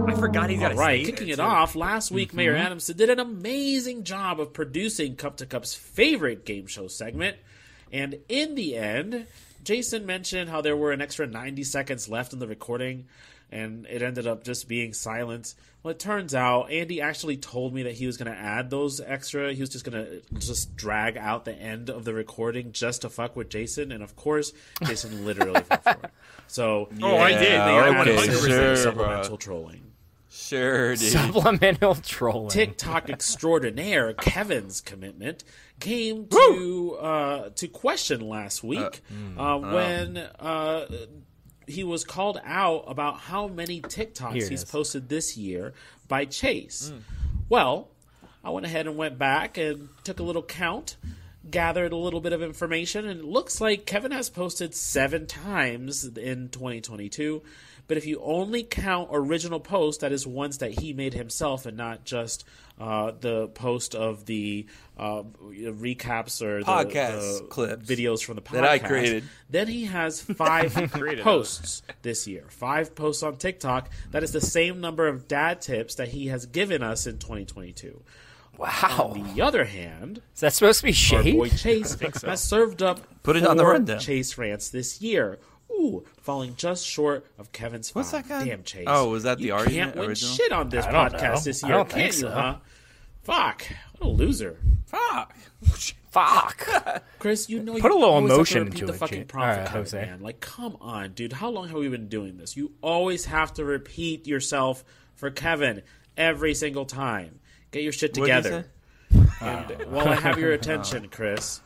I forgot he's got a Right, sneeze. kicking it off, last week Mm-hmm. Mayor Adamson did an amazing job of producing Cup to Cup's favorite game show segment. And in the end, Jason mentioned how there were an extra 90 seconds left in the recording and it ended up just being silence. Well, it turns out Andy actually told me that he was going to add those extra. He was just going to just drag out the end of the recording just to fuck with Jason. And of course, Jason literally fell for it. So, Oh, I did. they Yeah, added okay, some sure, uh, supplemental trolling. Sure, dude. Supplemental trolling. TikTok extraordinaire Kevin's commitment came to uh, to question last week hmm, uh, um, when uh, he was called out about how many TikToks it is. he's Hmm. posted this year by Chase. Well, I went ahead and went back and took a little count, gathered a little bit of information, and it looks like Kevin has posted seven times in 2022. But if you only count original posts, that is ones that he made himself and not just uh, the post of the uh, recaps or the- Podcast the clips videos from the podcast that I created. Then he has five posts this year, five posts on TikTok. That is the same number of dad tips that he has given us in 2022. Wow. On the Oh. other hand, Is that supposed to be our shade? boy Chase has served up Put it on the four rundown. Chase rants this year. Ooh, falling just short of Kevin's What's five. that guy? Damn Chase. Oh, was that the you argument can't win original? shit on this I don't podcast know. this I year, don't can think you, so. huh? Fuck. What a loser. Fuck. Fuck. Chris, you know Put you a little always have to emotion repeat into the it, fucking Jake. prompt All right, for Kevin, Jose. man. Like, come on, dude. How long have we been doing this? You always have to repeat yourself for Kevin every single time. Get your shit What'd you say? together. And while I have your attention, Chris,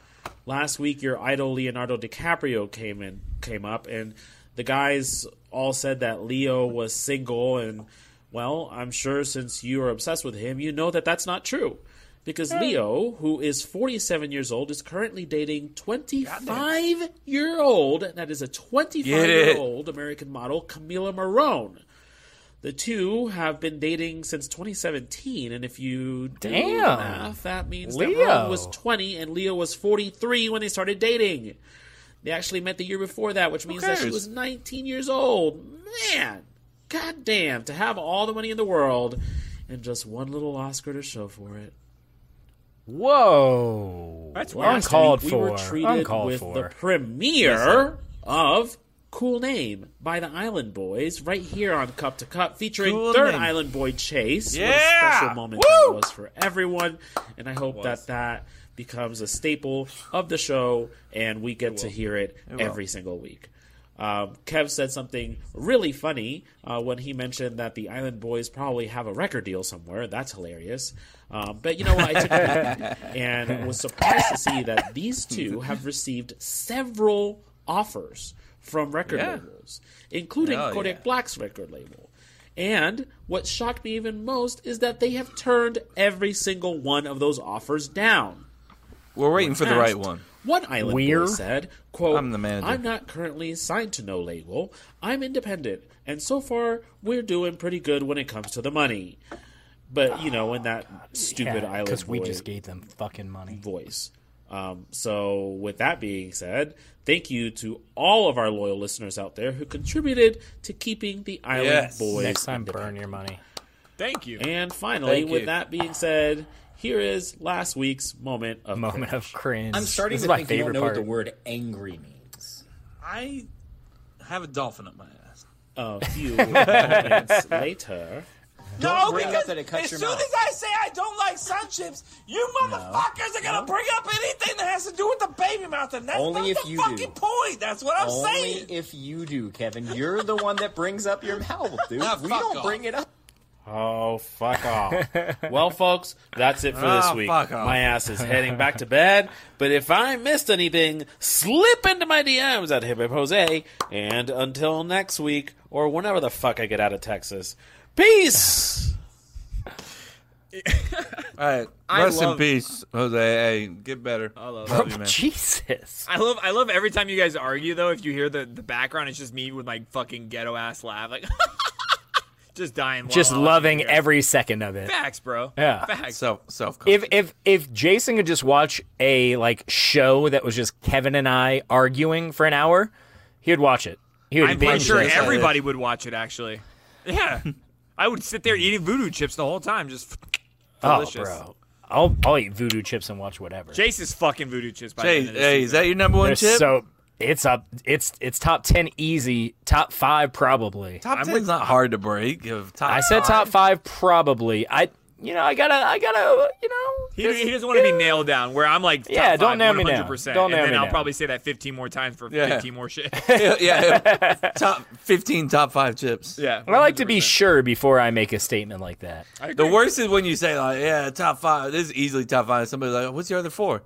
last week your idol Leonardo DiCaprio came in, came up, and the guys all said that Leo was single, and well, I'm sure since you are obsessed with him, you know that that's not true, because Hmm. Leo, who is 47 years old, is currently dating 25 year old. That is a 25 Get it. year old American model, Camila Marone. The two have been dating since 2017, and if you do Damn. the math, that means Leo. that Ron was 20 and Leo was 43 when they started dating. They actually met the year before that, which means that she cares? was 19 years old. Man, goddamn, to have all the money in the world and just one little Oscar to show for it. Whoa. That's Uncalled We were for. treated Uncalled with for. the premiere of Cool Name by the Island Boys right here on Cup to Cup featuring Cool third Name. Island Boy Chase. What a Yeah! special moment that Woo! was for everyone. And I hope that that becomes a staple of the show and we get to hear it every single week. Um, Kev said something really funny uh, when he mentioned that the Island Boys probably have a record deal somewhere. That's hilarious. Um, but you know what? I took it back and was surprised to see that these two have received several offers from record Yeah. labels, including Oh, Kodak yeah. Black's record label. And what shocked me even most is that they have turned every single one of those offers down. We're waiting for the right Asked, one. One island Weir? boy said, quote, I'm the manager. I'm not currently signed to no label. I'm independent, and so far we're doing pretty good when it comes to the money. But you know, in that stupid Yeah, island we boy just gave them fucking money. voice. Um, so, with that being said, thank you to all of our loyal listeners out there who contributed to keeping the Island Yes. Boys. Next time, independent. burn your money. Thank you. And finally, Thank with you. that being said, here is last week's moment of Moment cringe. of cringe. I'm starting This to is my think you favorite don't know part. what the word angry means. I have a dolphin up my ass. a few moments later. No, bring because up that it cuts as your soon mouth. as I say I don't like sun chips, you motherfuckers are gonna bring up anything that has to do with the baby mouth, and that's Only not if the you fucking do. point. That's what I'm Only saying. if you do, Kevin. You're the one that brings up your mouth, dude. Ah, we fuck don't off. bring it up. Oh, fuck off. well, folks, that's it for this Ah, week. fuck off. My ass is heading back to bed, but if I missed anything, slip into my DMs at Hip Hip Jose. And until next week, or whenever the fuck I get out of Texas, peace! All right, I rest love- in peace, Jose. Hey, get better. I love, love you, man. Jesus. I love I love every time you guys argue though. If you hear the, the background, it's just me with my fucking ghetto ass laugh, like just dying. while Just I'm loving here. every second of it. facts, bro. Yeah. facts. Self, self. If if if Jason could just watch a like show that was just Kevin and I arguing for an hour, he would watch it. He would I'm binge pretty sure it. Yes, I did. everybody would watch it. Actually, yeah, I would sit there eating voodoo chips the whole time. Just Oh, delicious. bro. I'll I'll eat voodoo chips and watch whatever. Jace is fucking voodoo chips. By Hey, the end of this hey, is season. that your number one They're chip? so it's up. It's it's top ten easy. Top five probably. top ten's not hard to break. If top I said five- top five probably. I you know I gotta I gotta you know. He, he doesn't want to be nailed down. Where I'm like, top Yeah, don't five, nail me down. 100%, Don't and nail then me I'll down. probably say that 15 more times for Yeah. 15 more shit. yeah, yeah, top fifteen, top five chips. yeah, I like to be 100%. sure before I make a statement like that. The worst is when you say like, "Yeah, top five. This is easily top five. Somebody's like, "What's your other four?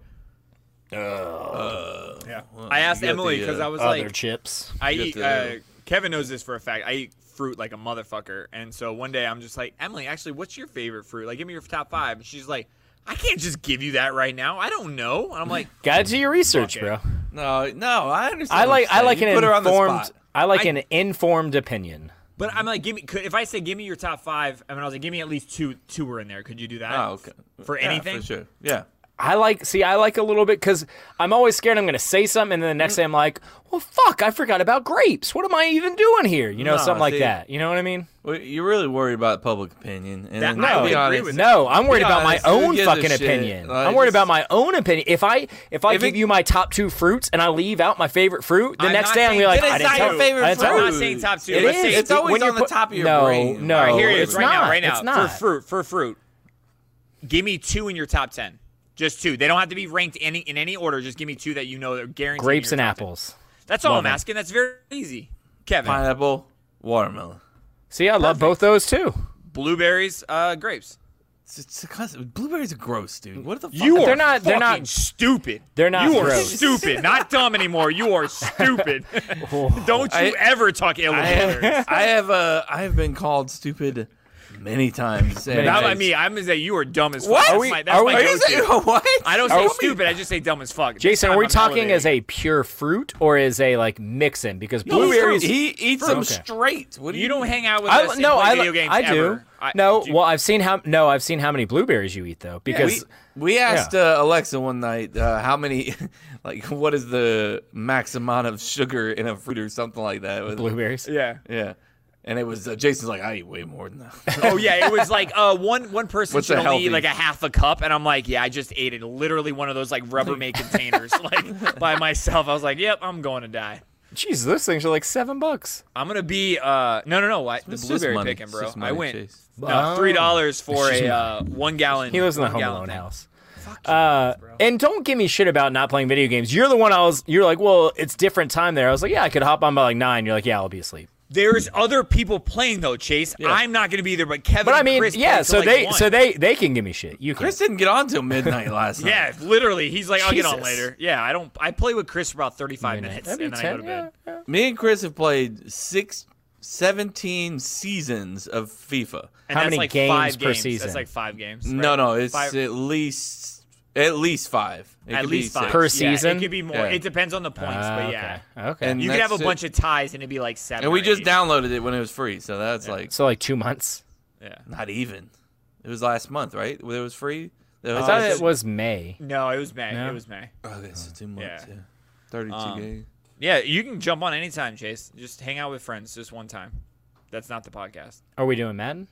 I asked You got Emily the, because uh, I was Other like, chips. I You eat. get the- Uh, Kevin knows this for a fact. I eat fruit like a motherfucker, and so one day I'm just like, Emily, actually, what's your favorite fruit? Like, give me your top five. And she's like, I can't just give you that right now. I don't know. And I'm like, Gotta do your research, it. bro. No, no, I understand. I what like you're I like saying. an You put her on the informed. spot. I like I- an informed opinion. but I'm like, give me. Could, if I say give me your top five, I mean, I was like, give me at least two. Two were in there. Could you do that? Oh, okay. For Yeah, anything. for sure. Yeah. I like see I like a little bit because I'm always scared I'm gonna say something and then the next day I'm like, well fuck, I forgot about grapes. What am I even doing here? You know, No, something like see- that. You know what I mean? Well, you're really worried about public opinion. And That- to I would be agree honest, with No, I'm worried Be about my honest, who own gives a fucking shit? opinion. Like, I'm worried just- about my own opinion. If I if I If give it- you my top two fruits and I leave out my favorite fruit, the I'm next not day I'm gonna be saying- like, Then I it's didn't not tell your you. favorite I didn't tell I'm fruit. you. not saying top two. It Let's is. say It's always when you on the put- top of your no, brain. No, All right, here it it's is right not, now. Right now. It's not. For fruit. For fruit. Give me two in your top ten. Just two. They don't have to be ranked any in any order. Just give me two that you know that are guaranteed. grapes in and your top 10. apples. That's all Love I'm it. asking. That's very easy. Kevin, Pineapple, watermelon. See, I love both those too. blueberries, uh, grapes. It's, it's a constant, blueberries are gross, dude. What the fuck? You are They're not- they're fucking not- stupid. they're not You are gross. stupid. Not dumb anymore. You are stupid. Oh. Don't you I- ever talk ill I of blueberries. have, I have, uh, I have been called stupid many times. and Not I- by me. I'm gonna say you are dumb as fuck. What? That's Are we- my, that's are my we- Are you go-to. saying what? I don't say Are we- stupid. I just say dumb as fuck. Jason, This are we time I'm talking as elevating. a pure fruit or as a like mixin? Because He- blueberries. He eats them Okay. straight. What do you, You don't hang out with I, us. no, and play I video games I do. ever. I- no, do you- well, I've seen how no, I've seen how many blueberries you eat though, because We asked uh, Alexa one night uh, how many, like, what is the max amount of sugar in a fruit or something like that. It was- blueberries. yeah. Yeah. And it was uh, Jason's like, I eat way more than that. Oh yeah, it was like uh, one one person What's should a only healthy- eat like a half a cup, and I'm like, yeah, I just ate it. Literally one of those like Rubbermaid containers, like by myself. I was like, yep, I'm going to die. Jeez, those things are like seven bucks. I'm gonna be uh no no no I, the just blueberry money. picking It's bro. just I money, went Chase. no, three dollars for It's just a uh, one gallon. Oh. He lives in the one Home gallon Alone thing. house. Uh, and don't give me shit about not playing video games. You're the one I was. You're like, well, it's different time there. I was like, yeah, I could hop on by like nine. You're like, yeah, I'll be asleep. There's other people playing though, Chase. I'm not gonna be there, but Kevin. But I mean, Chris yeah. played So till, like, they, one. so they, they can give me shit. You can. Chris didn't get on till midnight last night. Yeah, literally. He's like, I'll get on Jesus. later. Yeah, I don't. I play with Chris for about 35 minutes, That'd be and then I 10, go to bed. Me and Chris have played six, 17 seasons of FIFA. And How that's many like games five per games. season? That's like five games. right? No, no, it's Five- at least at least five. It at could be least five six. Per Yeah, season? It could be more. Yeah. It depends on the points, Ah, but yeah. Okay. okay. And You could have a that's it. bunch of ties, and it'd be like seven. And we or just eight. downloaded it when it was free, so that's like so like two months. Yeah. not even. It was last month, right? When it was free. I Uh, thought it was May. No, it was May. No? It was May. Okay, so two months. Yeah. Yeah, thirty-two Um, games. Yeah, you can jump on anytime, Chase. Just hang out with friends, just one time. That's not the podcast. Are we doing Madden?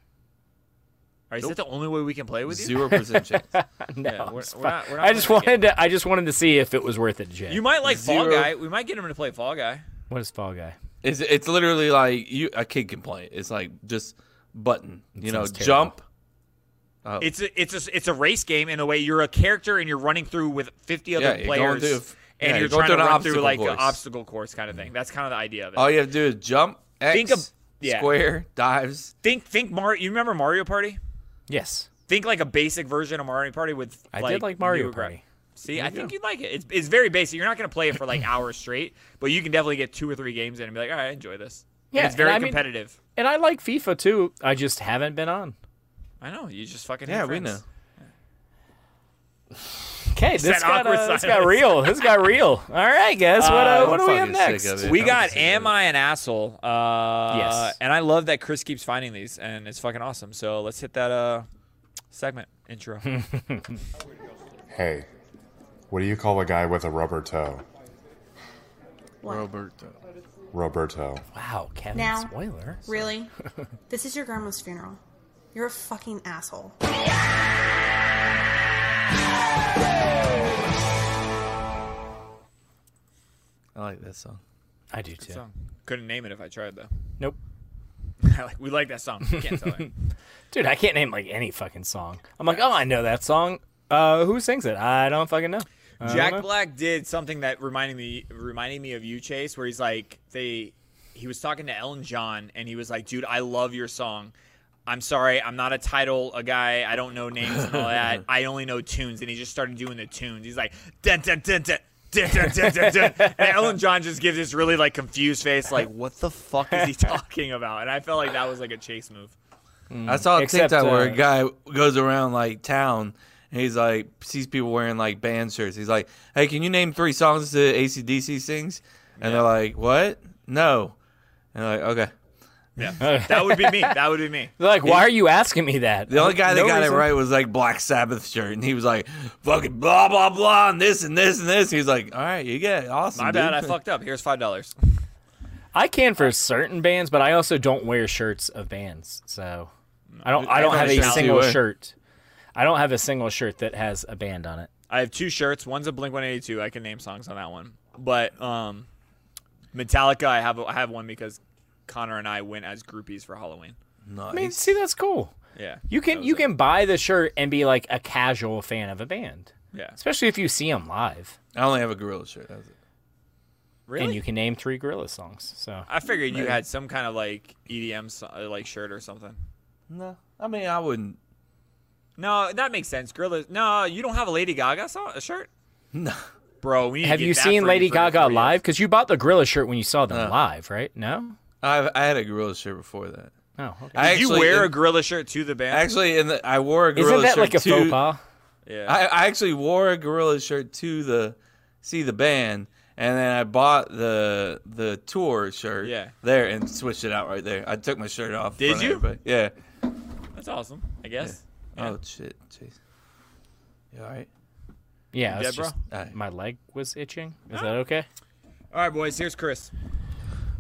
All right, is that the only way we can play with you? Zero percent chance. No. Yeah, we're- it's we're fine. not- we're not I just playing that wanted to. I just wanted to see if it was worth it, Jay. You might like Fall Zero. Guy. We might get him to play Fall Guy. what is Fall Guy? It's it's literally like you a kid can play. it. It's like just button. You know, sounds terrible. jump. Oh. It's a, it's a, it's a race game in a way. You're a character and you're running through with 50 other Yeah, you're going players, through- yeah, and you're you're, going trying through to an run through obstacle like course. Mm-hmm. Uh, an obstacle course kind of thing. That's kind of the idea of it. all you have to do is jump. X, Think of- yeah. square dives. think think Mario. You remember Mario Party? Yes, Think like a basic version of Mario Party with. I like, did like Mario newer gra- Party. See, I think you'd like it. It's, it's very basic. You're not going to play it for like hours straight, but you can definitely get two or three games in and be like, all right, I enjoy this. And Yeah, it's very and I mean- competitive. And I like FIFA too. I just haven't been on. I know. You just fucking hate Yeah, we friends. know. Okay, this that got, awkward uh, this got silence. real. This got real. All right, guys. What, uh, I'm what do we have fucking sick of next? it. We I'm got sick of Am it. I an Asshole? Uh, Yes. And I love that Chris keeps finding these, and it's fucking awesome. So let's hit that uh, segment intro. Hey, what do you call a guy with a rubber toe? Roberto. Roberto. Wow, Kevin. Now. Spoiler. Really? this is your grandma's funeral. You're a fucking asshole. I like that song. I do too. Song. Couldn't name it if I tried though. Nope. I like- we like that song. You Can't tell it. Dude, I can't name like any fucking song. I'm like, oh, I know that song. Uh, who sings it? I don't fucking know. I don't know. Jack Black did something that reminded me reminded me of you, Chase, where he's like they he was talking to Ellen John and he was like, dude, I love your song. I'm sorry, I'm not a title a guy. I don't know names and all that. I only know tunes. And he just started doing the tunes. He's like, dun dun dun dun. Dun, dun, dun, dun, dun. And Ellen John just gives this really like confused face, like what the fuck is he talking about? And I felt like that was like a chase move. I saw a Except, TikTok where a uh, guy goes around like town and he's like sees people wearing like band shirts. He's like, "Hey, can you name three songs that ACDC sings?" And they're like, "What? No." And they're like, "Okay." Yeah, that would be me. That would be me. They're like, why are you asking me that? The only guy that No got reason. it right was like Black Sabbath shirt, and he was like, "Fucking blah blah blah, and this and this and this." He's like, "All right, you get it. awesome." My bad. dude." I fucked up. Here's five dollars. I can for certain bands, but I also don't wear shirts of bands. So I don't. I don't have a Everybody's single out. shirt. I don't have a single shirt that has a band on it. I have two shirts. One's a Blink 182. I can name songs on that one. But um, Metallica, I have I have one because Connor and I went as groupies for Halloween. I mean, see, that's cool. Yeah, You that can was you it. can buy the shirt and be like a casual fan of a band, yeah. especially if you see them live I only have a gorilla shirt. That's it. Really? and you can name three Gorilla songs. So I figured you had some kind of like EDM so- uh, like shirt or something. No, I mean, I wouldn't. No, that makes sense. Gorilla. No, you don't have a Lady Gaga song, a shirt. No. Bro, we need to have get you that seen for Lady for Gaga free. live? Because you bought the Gorilla shirt when you saw them Uh. live, right? No. I've, I had a gorilla shirt before that. Oh, okay. I Did you actually- wear a in- gorilla shirt to the band? Actually, in the, I wore a gorilla Isn't that shirt like a to- faux pas? yeah. I, I actually wore a gorilla shirt to the see the band, and then I bought the the tour shirt. Yeah. There and switched it out right there. I took my shirt off. in Did front of you? everybody. Yeah. That's awesome. I guess. Oh shit. Jeez. You all right? Yeah, it's Deborah? just Alright. my leg was itching. Is that okay? All right, boys. Here's Chris.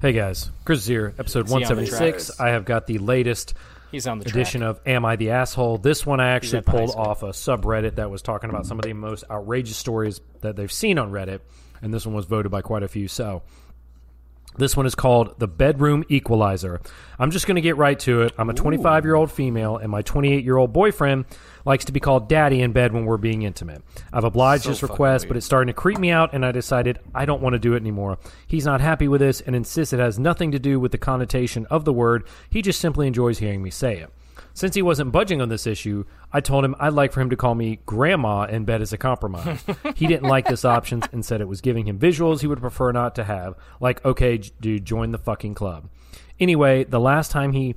Hey guys, Chris here, episode See you on the 176. tracks. I have got the latest He's on the track. edition of Am I the Asshole? This one I actually at the high pulled school. off a subreddit that was talking about some of the most outrageous stories that they've seen on Reddit, and this one was voted by quite a few. So This one is called The Bedroom Equalizer. I'm just going to get right to it. I'm a 25 year old female, and my 28 year old boyfriend likes to be called daddy in bed when we're being intimate. I've obliged So his fucking request, weird. but it's starting to creep me out, and I decided I don't want to do it anymore. He's not happy with this and insists it has nothing to do with the connotation of the word. He just simply enjoys hearing me say it. Since he wasn't budging on this issue, I told him I'd like for him to call me grandma in bed as a compromise. he didn't like this option and said it was giving him visuals he would prefer not to have, like, okay, j- dude, join the fucking club. Anyway, the last time he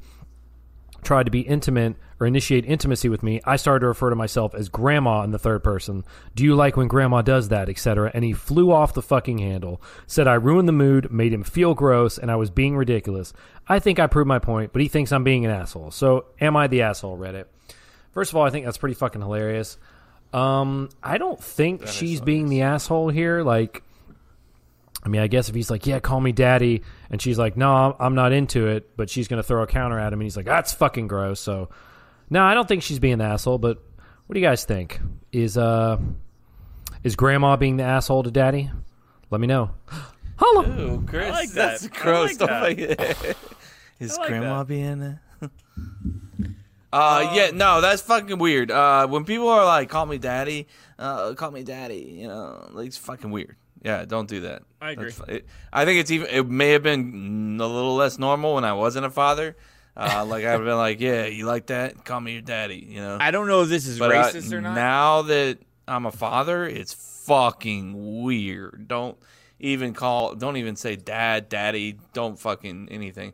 tried to be intimate or initiate intimacy with me, I started to refer to myself as grandma in the third person. Do you like when grandma does that, etc. And he flew off the fucking handle. Said I ruined the mood, made him feel gross, and I was being ridiculous. I think I proved my point, but he thinks I'm being an asshole. So am I the asshole, Reddit? First of all, I think that's pretty fucking hilarious. Um, I don't think she's being the asshole here. Like, I mean, I guess if he's like, "Yeah, call me daddy," and she's like, "No, I'm- I'm not into it," but she's gonna throw a counter at him, and he's like, "That's fucking gross." So, no, I don't think she's being the asshole. But what do you guys think? Is uh, is Grandma being the asshole to Daddy? Let me know. Holla. Ooh, Chris, like that's that. I gross. like Don't that. like it. Is I like grandma being a... Uh, yeah, no, that's fucking weird. Uh, when people are like, "Call me daddy," uh, "Call me daddy," you know, like it's fucking weird. Yeah, don't do that. I agree. That's fu- it- I think it's even. It may have been a little less normal when I wasn't a father. Uh, like I've been like, "Yeah, you like that? Call me your daddy." You know. I don't know if this is But, uh, racist or not. Now that I'm a father, it's fucking weird. Don't even call. Don't even say dad, daddy. Don't fucking anything.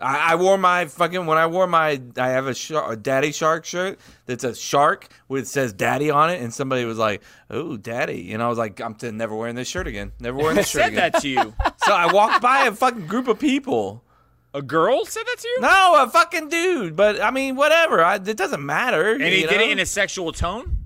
I, I wore my fucking when I wore my I have a, shar a daddy shark shirt that's a shark with says daddy on it, and somebody was like, "Oh, daddy," and I was like, "I'm t- never wearing this shirt again. Never wearing this Who shirt said again." that to you? so I walked by a fucking group of people. A girl said that to you? No, a fucking dude. But I mean, whatever. I, it doesn't matter. And he did it in a sexual tone?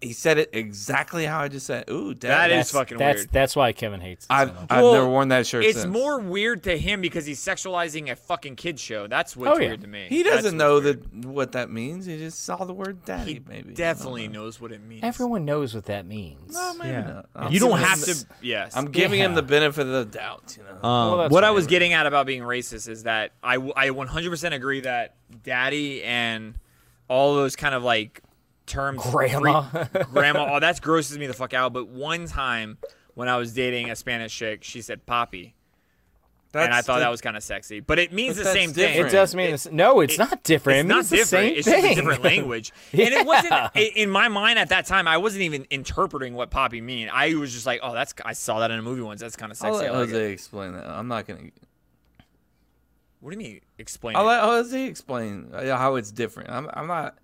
He said it exactly how I just said. Ooh, daddy. That is That's- fucking That's weird. that's why Kevin hates. It I've, so much. I've Well, never worn that shirt It's since. more weird to him because he's sexualizing a fucking kid show. That's what's Oh, yeah. weird to me. He That's doesn't know that what that means. He just saw the word daddy, He maybe. definitely knows what it means. Everyone knows what that means. No, maybe not. I'm You don't giving have him to- the- yes. I'm giving him Yeah. the benefit of the doubt. You know. Um, what I was getting at about being racist is that I, w- I 100% agree that daddy and all those kind of like terms Grandma. freak- grandma oh that's grosses me the fuck out but one time when I was dating a Spanish chick she said poppy and I That's thought the- that was kind of sexy but it means But the that's same thing different. It does mean the s- no, it's not different. It it's not means the different same it's just thing. a different language and Yeah. it wasn't i- in my mind at that time I wasn't even interpreting what poppy mean I was just like oh that's I saw that in a movie once that's kind of I'll sexy let I like it. Jose explain that. I'm not gonna. what do you mean explain I'll it? let Jose explain uh, how it's different. I'm. I'm not.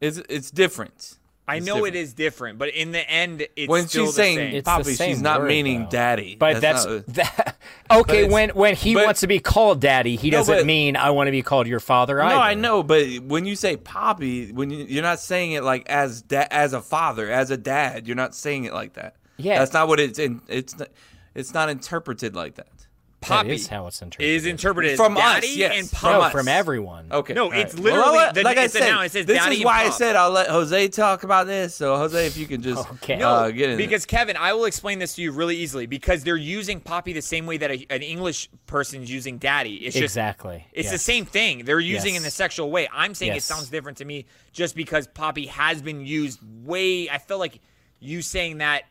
It's it's different. I It's know different. it is different, but in the end, it's when still she's the saying same. "Poppy," she's not meaning daddy. But that's, not- uh, that. But Okay, it's- when when he but- wants to be called daddy, he No, doesn't but- mean I want to be called your father. No, either. I know, but when you say Poppy, when you, you're not saying it like as da- as a father, as a dad, you're not saying it like that. Yeah. that's not what it's in. It's not, it's not interpreted like that. Poppy is how it's interpreted. is interpreted as From daddy us, Oh, yes. and From Pop. No, from everyone. Okay, No, all it's Well, I'll literally- let- the- like I it's a said. noun. It says this daddy is and why I Pop. said I'll let Jose talk about this. So Jose, if you can just No, uh, get in, because Kevin, I will explain this to you really easily because they're using Poppy the same way that a, an English person's using daddy. It's just Exactly, It's the yes. same thing. They're using it in Yes. a sexual way. I'm saying it Yes. sounds different to me just because Poppy has been used way. I feel like you saying that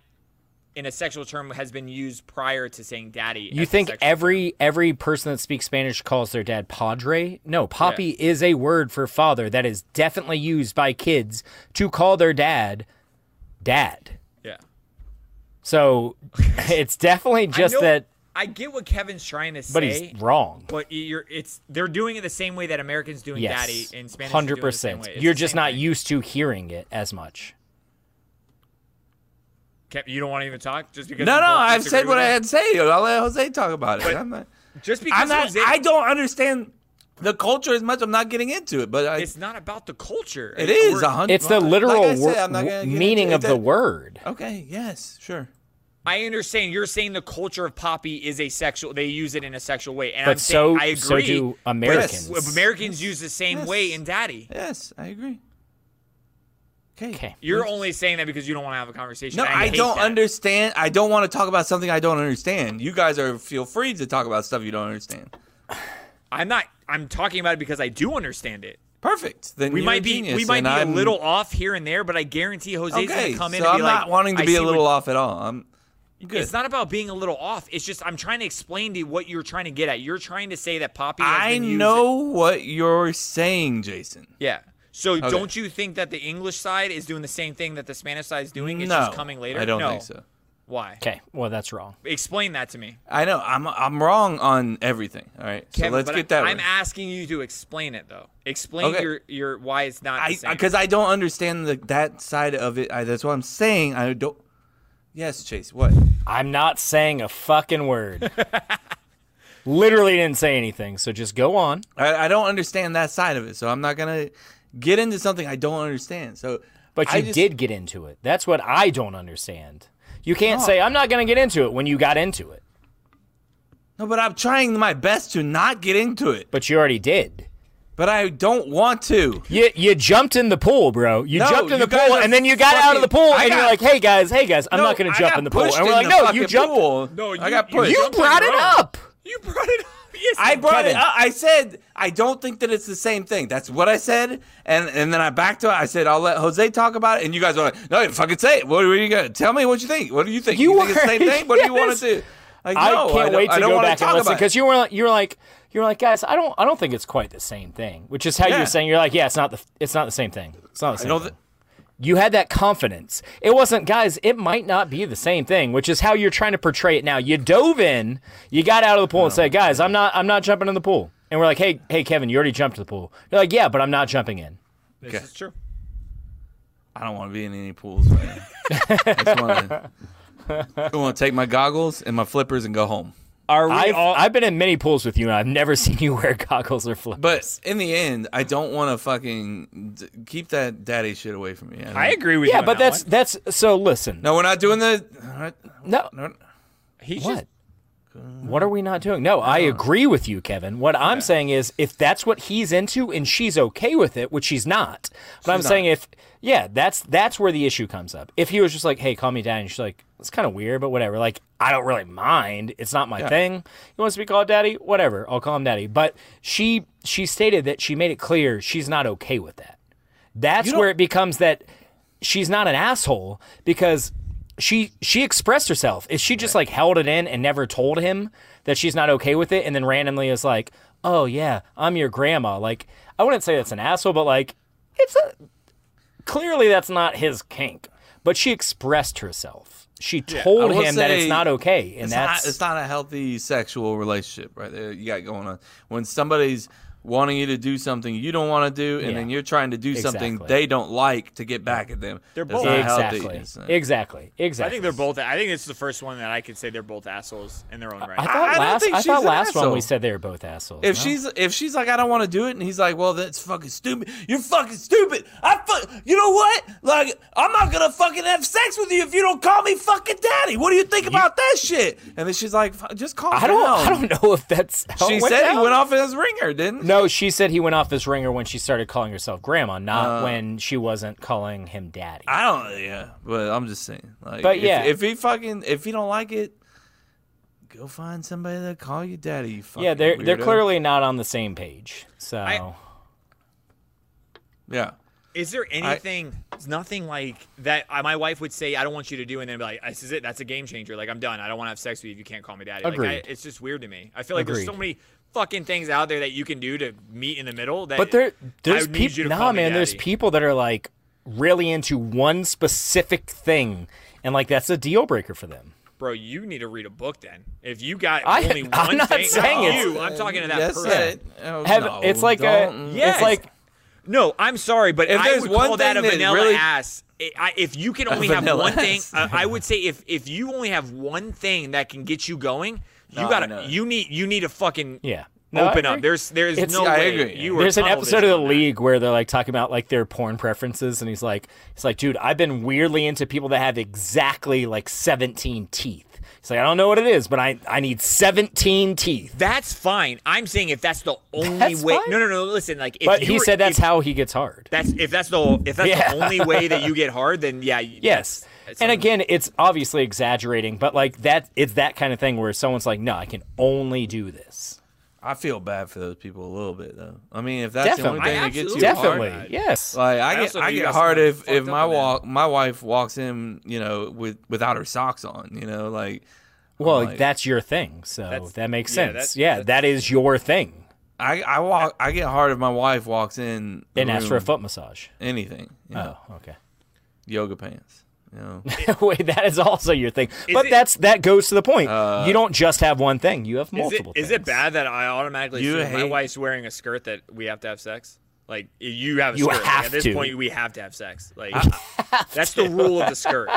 in a sexual term has been used prior to saying daddy. You as a think sexual- every every person that speaks Spanish calls their dad padre? No, Poppy is a word for father that is definitely used by kids to call their dad dad. yeah. So it's definitely just I know- that, I get what Kevin's trying to say, but he's wrong. But you're it's they're doing it the same way that Americans doing daddy Yes, in Spanish. are doing hundred it the same percent. way. It's You're the just same not thing. used to hearing it as much. Kev- you don't want to even talk just because. no, we no, both I've disagree said what with I that? had to say. I'll let Jose talk about it. I'm not, Just because I'm not. Jose- I don't understand the culture as much. I'm not getting into it, but I, it's not about the culture. It is a hundred. It's the like I literal said, wor- I'm not gonna get meaning into of it. the word. Okay. Yes. Sure. I understand. You're saying the culture of poppy is a sexual. They use it in a sexual way, and But I'm saying so- I so agree. do but Americans. Americans use the same way in daddy. Yes, I agree. Okay. You're only saying that because you don't want to have a conversation. No, I, hate don't that. understand. I don't want to talk about something I don't understand. You guys are feel free to talk about stuff you don't understand. I'm not. I'm talking about it because I do understand it. Perfect. Then we you're a might be we genius, might and be I'm- a little off here and there, but I guarantee Jose's Okay, gonna come in. so and I'm be not like, wanting to "I be see a what little off at all. I'm good. It's not about being a little off. It's just I'm trying to explain to you what you're trying to get at. You're trying to say that Poppy. Has I been used- know what you're saying, Jason. Yeah. So Okay. don't you think that the English side is doing the same thing that the Spanish side is doing? It's just No, coming later. I don't No. think so. Why? Okay. Well, that's wrong. Explain that to me. I know I'm I'm wrong on everything. All right, so Kevin, let's but get that. I'm right. asking you to explain it though. Explain Okay. your your why it's not. the I same. because I don't understand the, that side of it. I, that's what I'm saying. I don't. Yes, Chase. What? I'm not saying a fucking word. Literally didn't say anything. So just go on. I, I don't understand that side of it, so I'm not gonna get into something I don't understand. So, But I you just- did get into it. That's what I don't understand. You can't No. say I'm not going to get into it when you got into it. No, but I'm trying my best to not get into it. But you already did. But I don't want to. You you jumped in the pool, bro. You No, jumped in you the guys pool are and then you got out of the fucking- pool I and you're got- like, "Hey guys, hey guys, I'm not going I to jump got in the pool." pushed And we're in like, the "No, you fucking jumped." pool. I got pushed. You brought it up. You brought it up. Yes, I you brought it did. up. I said I don't think that it's the same thing. That's what I said, and and then I backed to it. I said I'll let Jose talk about it, and you guys were like, "No, you fucking say it. What are you gonna tell me? What you think? What do you think? You think it's the same were- thing? What do you want yes. to do?" Like, I no, can't don't- wait I to don't go wanna back talk and listen about it. because you were you were like you were like guys I don't I don't think it's quite the same thing which is how Yeah. you're saying you're like yeah it's not the it's not the same thing it's not the same don't thing. you had that confidence it wasn't guys it might not be the same thing which is how you're trying to portray it now you dove in you got out of the pool and said guys I'm not I'm not jumping in the pool and we're like hey hey Kevin you already jumped to the pool you're like yeah but I'm not jumping in This Okay. is true. I don't want to be in any pools right now. I just wanna- I want to take my goggles and my flippers and go home. Are we I've, all? I've been in many pools with you and I've never seen you wear goggles or flippers But in the end, I don't want to fucking d- keep that daddy shit away from me. don't- I agree with you. yeah on but that that's one. that's so listen No, we're not doing the. all right, no no. he's What? just What are we not doing? No, I agree with you, Kevin. What I'm saying is if that's what he's into and she's okay with it, which she's not. But I'm saying if yeah, that's that's where the issue comes up. If he was just like, "Hey, call me dad," and she's like, "It's kind of weird, but whatever." Like, I don't really mind. It's not my thing. He wants to be called daddy, whatever. I'll call him daddy. But she she stated that she made it clear she's not okay with that. That's where it becomes that she's not an asshole because she she expressed herself. If she just like held it in and never told him that she's not okay with it, and then randomly is like, "Oh yeah, I'm your grandma," like I wouldn't say that's an asshole, but like it's a clearly that's not his kink. But she expressed herself. She told I will him that it's say not okay, and it's that's not, it's not a healthy sexual relationship right there you got going on when somebody's wanting you to do something you don't want to do and Yeah. then you're trying to do something Exactly. they don't like to get back at them They're That's both- not healthy. exactly, It's not- exactly, exactly. I think they're both. I think it's the first one that I could say they're both assholes in their own right. I I thought don't last think I she's thought an last one asshole. we said they were both assholes. if no? she's if she's like I don't want to do it and he's like well that's fucking stupid you're fucking stupid I fuck you know what like I'm not gonna fucking have sex with you if you don't call me fucking daddy what do you think about that shit and then she's like "Fuck, just calm I don't down I don't know if that's how she it went said he down. went off his ringer didn't No, she said he went off his ringer when she started calling herself grandma, not when she wasn't calling him daddy. I don't. Yeah, but I'm just saying. Like, But if- yeah. if, he fucking if he don't like it, go find somebody to call you daddy. You fucking yeah, they're they're weirdo. clearly not on the same page. So I- yeah. Is there anything? It's nothing like that. I, my wife would say, "I don't want you to do," and then be like, "This is it. That's a game changer. Like I'm done. I don't want to have sex with you if you can't call me daddy." Agreed. Like I, it's just weird to me. I feel like there's so Agreed. many fucking things out there that you can do to meet in the middle. That but there I there's would need you people to nah call me man, there's daddy. people that are like really into one specific thing and like that's a deal breaker for them. bro. You need to read a book then. If you got I- only I'm one not thing, saying not it's- you. I'm talking to that Yes, person. it- oh, Have- no, it's like don't. a Yes. it's like No, I'm sorry, but If I there's would one call that a thing that vanilla really- ass. I- I, if you can only have vanilla one thing, ass. uh, I would say if if you only have one thing that can get you going, you No, I know. gotta you need you need a fucking Yeah. No, I open up. agree. There's there's It's- no I way agree. you There's are an tunnel episode of vision the on that. league where they're like talking about like their porn preferences, and he's like, he's like, dude, I've been weirdly into people that have exactly like 17 teeth. It's like I don't know what it is, but I I need 17 teeth. That's fine. I'm saying if that's the only way. No, no, no. Listen, like if but you he were- said that's if, how he gets hard. That's if that's the if that's Yeah. the only way that you get hard, then yeah. you- Yes. And again, it's obviously exaggerating, but like that, it's that kind of thing where someone's like, "No, I can only do this." I feel bad for those people a little bit though. I mean, if that's the only Definitely. thing I that gets you hard, absolutely- definitely, yes. Like I I get, also I knew you get got hard somebody if if my walk my wife walks in, you know, with without her socks on, you know, like. I'm Well, like- that's your thing, so that makes yeah, sense. that's- yeah, that is your thing. I, I walk. I get hard if my wife walks in the And asks for a room. foot massage. Anything. you Uh. know. Oh, okay. Yoga pants. You know. Wait, that is also your thing, but that's that goes to the point. Uh, you don't just have one thing; you have Is it, multiple. is it bad that I automatically You assume my hate- wife's wearing a skirt that we have to have sex? Like you have a You skirt. Like, have at this to. point, we have to have sex. Like that's the rule of the skirt.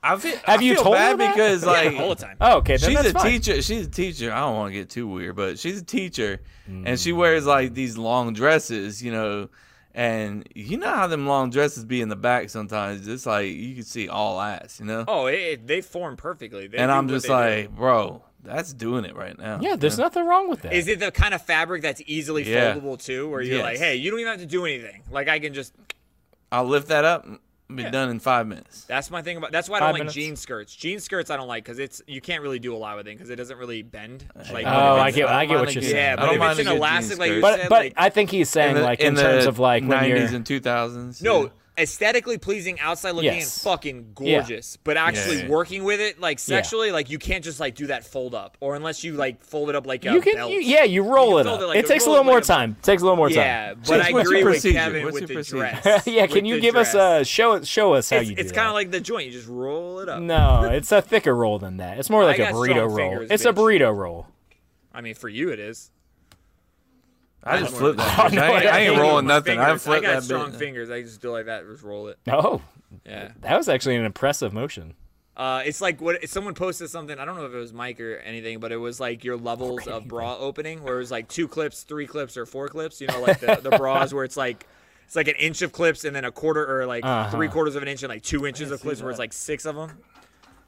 I've, Have you feel told bad her that? because Yeah, like all the time. Oh, okay, then she's that's a fine. teacher. She's a teacher. I don't want to get too weird, but she's a teacher, and Mm. she wears like these long dresses, you know. And you know how them long dresses be in the back sometimes. It's like you can see all ass, you know. Oh, it, it- they form perfectly. They and do I'm what just they do. like, bro, that's doing it right now. Yeah, you there's know? nothing wrong with that. Is it the kind of fabric that's easily Yeah. foldable too, where you're like, Yes. hey, you don't even have to do anything. Like I can just. I'll lift that up. and Be Yeah. done in five minutes. That's my thing about. That's why I don't Five like minutes. jean skirts. Jean skirts I don't like because it's you can't really do a lot with it because it doesn't really bend. Like, Oh, if I it's- get, I get mind what you're a saying. good- Yeah, I but don't if mind it's a an good jean elastic, like you skirt. but said, but like, I think he's saying the- like in, the terms of like when you're 90s and 2000s. no aesthetically pleasing outside looking Yes. and fucking Yeah. gorgeous, but actually Yeah. working with it like Yeah. sexually, like you can't just like do that fold up, or unless you like fold it up like a you can belt. you, yeah you roll it fold up. it like it a- takes a roll little it like more a- time. Takes a little more yeah, time. but What's I your agree with procedure? Kevin What's with your the procedure? dress. yeah, can With you the give us dress. a show? Show us how it's, you do. It's that. kind of like the joint. You just roll it up. No, it's a thicker roll than that. It's more I like a got burrito strong roll. fingers, it's a bitch. burrito roll. I mean, for you it is. I just flipped that. Oh, bitch. no, I, ain't- I ain't Fingers, rolling nothing. I fingers. flipped I got that strong bit. fingers. I just do like that. Just roll it. Oh, Yeah. that was actually an impressive motion. Uh, it's like what someone posted something. I don't know if it was Mike or anything, but it was like your levels of bra opening, where it was like two clips, three clips, or four clips. You know, like the, the bras where it's like it's like an inch of clips and then a quarter or like Uh-huh. three quarters of an inch and like two inches of clips, where it's like six of them.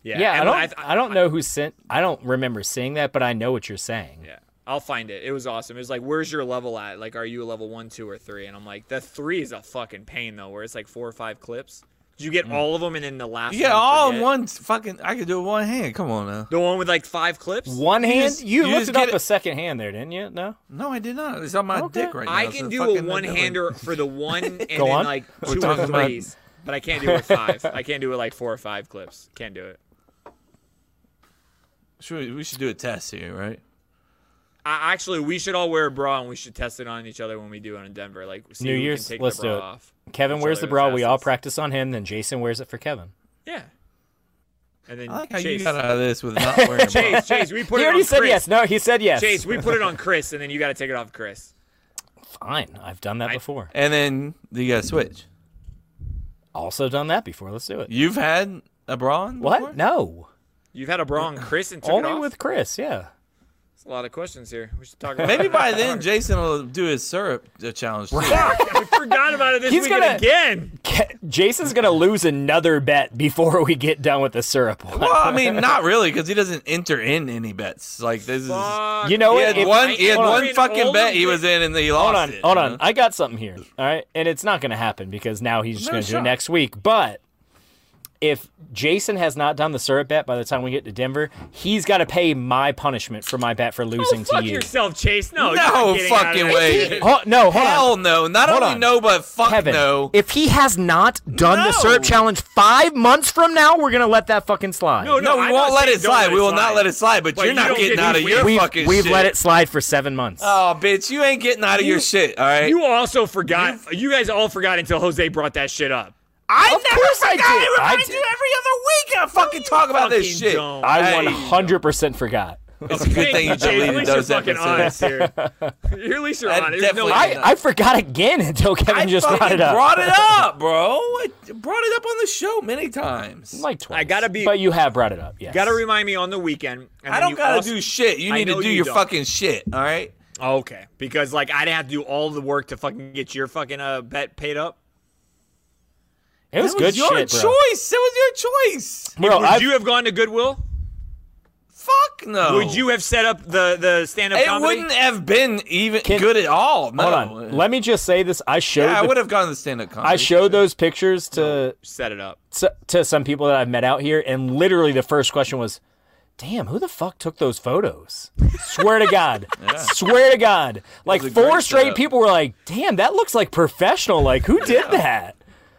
Yeah, Yeah, I and don't. I, I, don't know who sent. I don't remember seeing that, but I know what you're saying. Yeah. I'll find it. It was awesome. It was like, where's your level at? Like, are you a level one, two, or three? And I'm like, the three is a fucking pain though, where it's like four or five clips. Did you get all of them and then the last? Yeah, one you all in forget? one fucking. I could do it with one hand. Come on now. The one with like five clips. One hand. You, just- you just lifted up get it- a second hand there, didn't you? No. No, I did not. It's on my dick right now. I so can do fucking a that one doesn't- hander for the one and then Go on. like We're two or talking about- threes, but I can't do it with five. I can't do it like four or five clips. Can't do it. Should we, we should do a test here, right? I, actually, we should all wear a bra and we should test it on each other when we do it in Denver. Like see New who can Year's. take Let's the do bra it. off. Kevin each wears the other's bra. We all asses. practice on him. Then Jason wears it for Kevin. Yeah. And then I like how Chase. you got out of this with not wearing a bra. Chase, Chase, we put he it on already said Chris. yes. No, he said yes. Chase, we put it on Chris, and then you got to take it off Chris. Fine. I've done that before. And then you got to switch. Also done that before. Let's do it. You've had a bra on What? before? No. You've had a bra on Chris and took it Only off. with Chris. Yeah. That's a lot of questions here. We should talk about. Maybe it. by then Jason will do his syrup uh, challenge. too. Fuck, we forgot about it this He's weekend gonna- again. Ke- Jason's gonna lose another bet before we get done with the syrup. one. Well, I mean, not really, because he doesn't enter in any bets. Like this is. You know he what? had If- one. He had hold one on. fucking bet he was in, and he lost Hold on, it. hold you on. know? I got something here. All right, and it's not going to happen because now he's just No going to do it shot. next week. But if Jason has not done the syrup bet by the time we get to Denver, he's got to pay my punishment for my bet for losing Oh, fuck to you. yourself, Chase. No, you're No not getting out of fucking that. way. Ho- no, hold Hell on. no. Not Hold only on. no, but fuck Kevin, no. if he has not done the syrup No. challenge five months from now, we're going to let that fucking slide. No, No, we I'm won't not let saying it don't slide. we will not let it slide. But, But you're you not don't getting get out of these your we've, fucking we've shit. let it slide for seven months. Oh, bitch, you ain't getting out of your shit. All right. You also forgot. You guys all forgot until Jose brought that shit up. I Of course I It did. I reminds did. you every other week. I fucking talk about this fucking shit. don't. Hey, I 100% forgot. It's a good thing you Jay, at deleted least you're those fucking episodes. honest here. You're at least you're That honest. There's no- definitely- I, I forgot again until Kevin I just fucking brought it up. brought it up, bro. I brought it up on the show many times. like twice. I gotta be- But you have brought it up. Yes. Gotta remind me on the weekend. and I then don't you gotta also- do shit. You I need to know do you your don't. fucking shit. All right. Okay, because like I'd have to do all the work to fucking get your fucking uh, bet paid up. It was, That good your shit, choice. bro. It was your choice. Bro, Would I've- you have gone to Goodwill? Fuck no. Would you have set up the the stand up? It wouldn't have been even good at all. No. Hold on. Let me just say this. I showed. Yeah, I the- would have gone to stand up comedy. I showed those pictures to set it up to some people that I've met out here, and literally the first question was, "Damn, who the fuck took those photos?" Swear to God, swear to God, like was a four great straight setup. people were like, "Damn, that looks like professional." Like, who did that?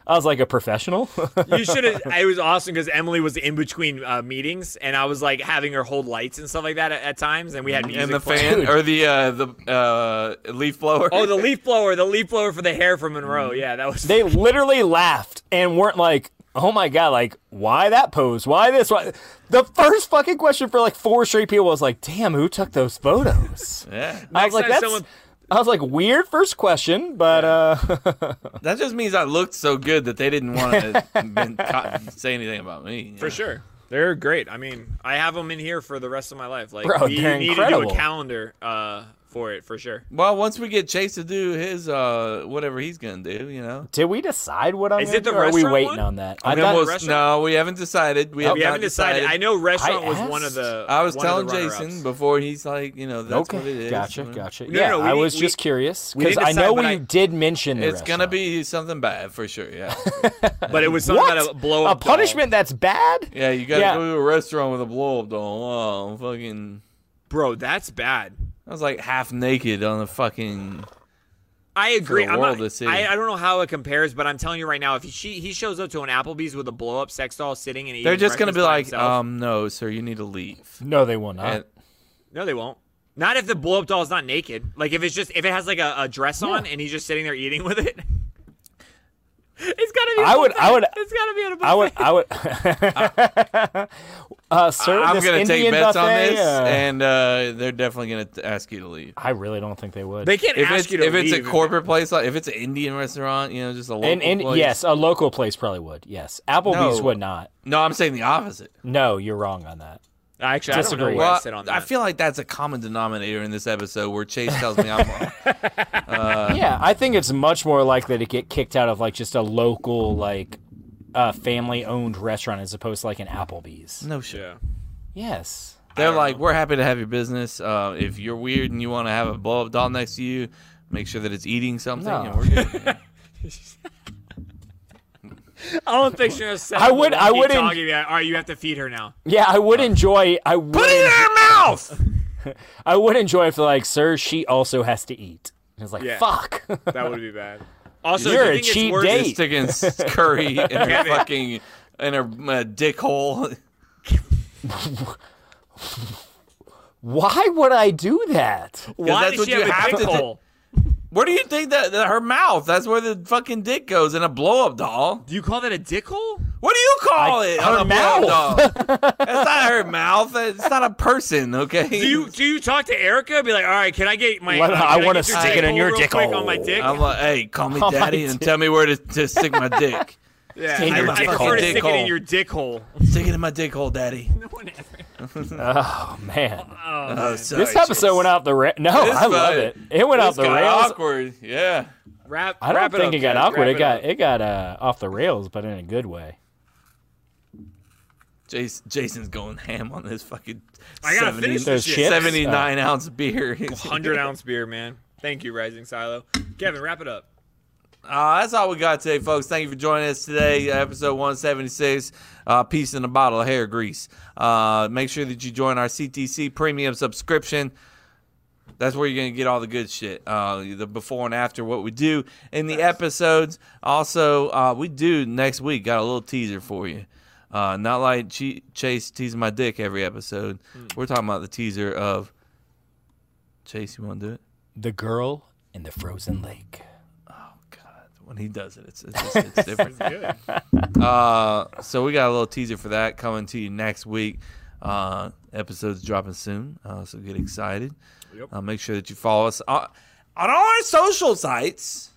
I was like, "A professional." you should have. It was awesome because Emily was in between uh, meetings, and I was like having her hold lights and stuff like that at, at times, and we had music and the playing. fan or the uh, the uh, leaf blower. Oh, the leaf blower, the leaf blower for the hair from Monroe. Yeah, that was. they literally laughed and weren't like, "Oh my god, like why that pose? Why this? Why?" The first fucking question for like four straight people was like, "Damn, who took those photos?" Yeah. I was like, time "That's." someone- I was like, "Weird first question, but uh." That just means I looked so good that they didn't want to say anything about me. for sure. They're great. I mean, I have them in here for the rest of my life. Like, Bro, we they're need to do incredible. a calendar uh, for it for sure. Well, once we get Chase to do his uh, whatever he's gonna do, you know. Did we decide what I'm? Is gonna it the do, or are we restaurant waiting one? on that? I thought- almost, no, we haven't decided. We, have we not haven't decided. I know restaurant I was one of asked. the. I was one of the telling Jason runner-ups. before he's like, you know, that's what it okay, is. gotcha, you know. gotcha. No, yeah, no, we I need- was we- just curious we need because to I decide, know but we I- did mention the It's gonna restaurant. be something bad for sure. Yeah, but it was something what about a blow a up doll. punishment that's bad. yeah. You gotta Yeah. go to a restaurant with a blow up doll. Oh, fucking! bro. That's bad. I was like half naked on the fucking. I agree. the I'm world not- to see. I, I don't know how it compares, but I'm telling you right now, if she he shows up to an Applebee's with a blow up sex doll sitting and eating, They're just gonna breakfast be by like, himself- um, no, sir, you need to leave. No, they will not. And- no, they won't. Not if the blow up doll's not naked. Like if it's just if it has like a, a dress on and he's just sitting there eating with it. it's gotta be. I I would- I would- It's gotta be at a buffet. I would. I would. uh, sir, I'm this gonna Indian take bets on buffet, this, uh, and uh, they're definitely gonna t- ask you to leave. I really don't think they would. They can't If ask it's you to if it's a leave. corporate place, like if it's an Indian restaurant, you know, just a local and, and place. yes, a local place probably would. Yes, Applebee's No. would not. No, I'm saying the opposite. No, you're wrong on that. Actually, I don't know Disagree. where I Well, sit on that. I feel like that's a common denominator in this episode where Chase tells me I'm wrong. yeah, I think it's much more likely to get kicked out of like just a local like uh, family-owned restaurant as opposed to like an Applebee's. No shit. yeah. Yes. They're like, we're happy to have your business. Uh, if you're weird and you want to have a blow up doll next to you, make sure that it's eating something. No. And we're good. I don't think she was. I would- I would en- Talking, all right, you have to feed her now. Yeah, I would enjoy. I would. en- her mouth. I would enjoy if they're like, sir, she also has to eat. And it's like, Yeah. fuck. That would be bad. Also, do You're you a think it's cheap worth- date. Just sticking s- curry in her Kevin. fucking in her uh, dick hole. Why would I do that? Why that's does what she have you a have dick to do. hole? Where do you think that, that her mouth? That's where the fucking dick goes in a blow up doll. Do you call that a dick hole? What do you call I- it? her on a blow-up doll? That's not her mouth. It's not a person. Okay. Do you do you talk to Erica? Be like, all right, can I get my? Let- uh, can I wanna get your stick it in hole your real dick quick hole." on my dick. I'm like, hey, call me Call my daddy and tell me where to, to stick my dick. yeah, in I, your I dick prefer hole. to Dick stick it hole. in your dick hole. stick it in my dick hole, daddy. Oh man, Oh, sorry, this episode Chase. went out the ra- no. This I love got- it. It went out This the got rails. awkward. Yeah. Wrap. I don't wrap think it, it, up, got Jack, awkward. wrap It got up. it got uh, off the rails, but in a good way. Jason, Jason's going ham on this fucking I gotta finish this Those shit. chips? 79 ounce beer. Hundred ounce beer, man. Thank you, Rising Silo. Kevin, wrap it up. Uh, that's all we got today, folks. Thank you for joining us today, episode 176, uh, Peace in a Bottle of Hair Grease. Uh, make sure that you join our CTC premium subscription. That's where you're going to get all the good shit, uh, the before and after what we do in the episodes. Also, uh, we do next week, got a little teaser for you. Uh, not like Ch- Chase teasing my dick every episode. We're talking about the teaser of Chase, you want to do it? The girl in the frozen lake. when he does it. It's it's, it's, it's different. Uh, so we got a little teaser for that coming to you next week. Uh, episodes dropping soon, uh, so get excited. Uh, make sure that you follow us on, on all our social sites.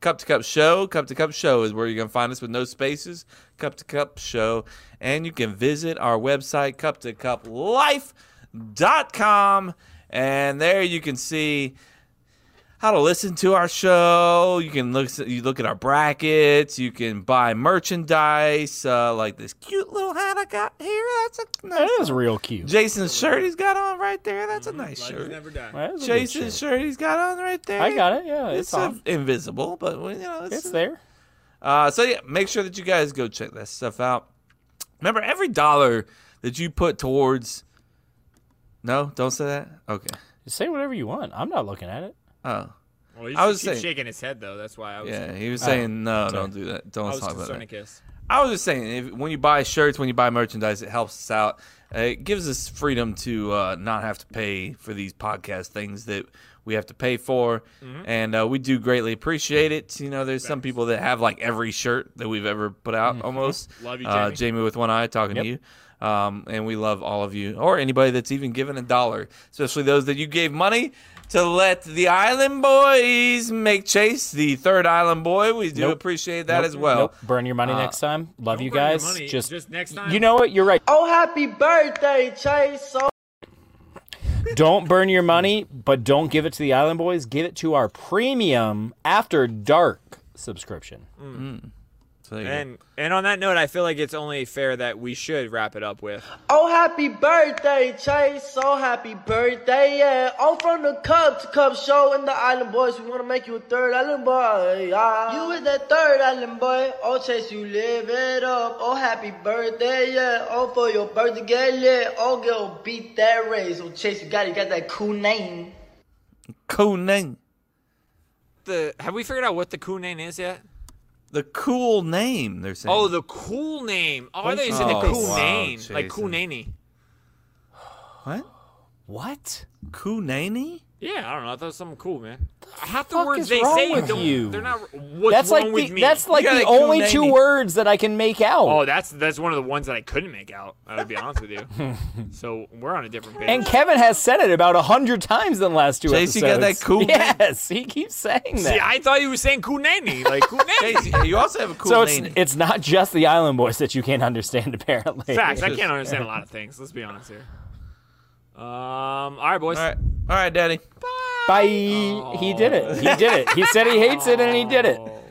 Cup to Cup Show. Cup to Cup Show is where you're going to find us with no spaces. Cup to Cup Show. And you can visit our website, cup to cup life.com. And there you can see how to listen to our show. You can look you look at our brackets. You can buy merchandise uh, like this cute little hat I got here. That's a nice That is real cute. Jason's shirt he's got on right there. That's a nice shirt. Well, that's a good Jason's shirt. he's got on right there. I got it. Yeah, it's uh, on. invisible, but well, you know It's there. Uh, so yeah, make sure that you guys go check that stuff out. Remember, every dollar that you put towards no, don't say that. Okay. Say whatever you want. I'm not looking at it. Oh. Well, he I was keeps saying- shaking his head though. That's why I was. Yeah, he Oh, was saying no, don't do that. Don't I was talk about starting that. to kiss. I was just saying, if, when you buy shirts, when you buy merchandise, it helps us out. Uh, It gives us freedom to uh, not have to pay for these podcast things that we have to pay for, Mm-hmm. and uh, we do greatly appreciate it. You know, there's some people that have like every shirt that we've ever put out, almost. Mm-hmm. Love you, Uh, Jamie. Jamie with one eye talking to you, um, and we love all of you, or anybody that's even given a dollar, especially those that you gave money. To let the island boys make chase, the third island boy. We do Nope. appreciate that Nope, as well. nope. Burn your money Uh, next time. Love you burn your guys. money, Just, just next time. You know what? You're right. Oh, happy birthday, Chase. Oh, don't burn your money, but don't give it to the Island Boys. Give it to our premium after dark subscription. And and on that note, I feel like it's only fair that we should wrap it up with. oh happy birthday, Chase. Oh, happy birthday, yeah. Oh, from the Cup to Cup show in the Island Boys. We want to make you a third Island Boy. Yeah. You is that third Island Boy. Oh, Chase, you live it up. Oh, happy birthday, yeah. Oh, for your birthday, get lit. Oh, girl, beat that raise. Oh, Chase, you got it. You got that cool name. Cool name. The have we figured out what the cool name is yet? The cool name they're saying. Oh, the cool name. Oh, I What thought you is said the it? cool Wow, name, like cool Jason. nanny. what? What? Cool nanny? Yeah, I don't know. I thought it was something cool, man. Half the fuck words is they wrong say with don't. you? They're not. What's that's wrong like with the, me? that's like You got the that cool only two nanny. words that I can make out. Oh, that's that's one of the ones that I couldn't make out. I'll be honest with you. so we're on a different page. and Kevin has said it about a hundred times in the last two Chase, you episodes. got that cool name? Yes, he keeps saying that. See, I thought you were saying cool nanny, like cool nanny. You also have a cool so it's name. it's not just the Island Boys that you can't understand apparently. Facts. I can't understand a lot of things. Let's be honest here. Um. All right, boys. All right, all right, Daddy. Bye. He did it. He did it. He said he hates it and he did it.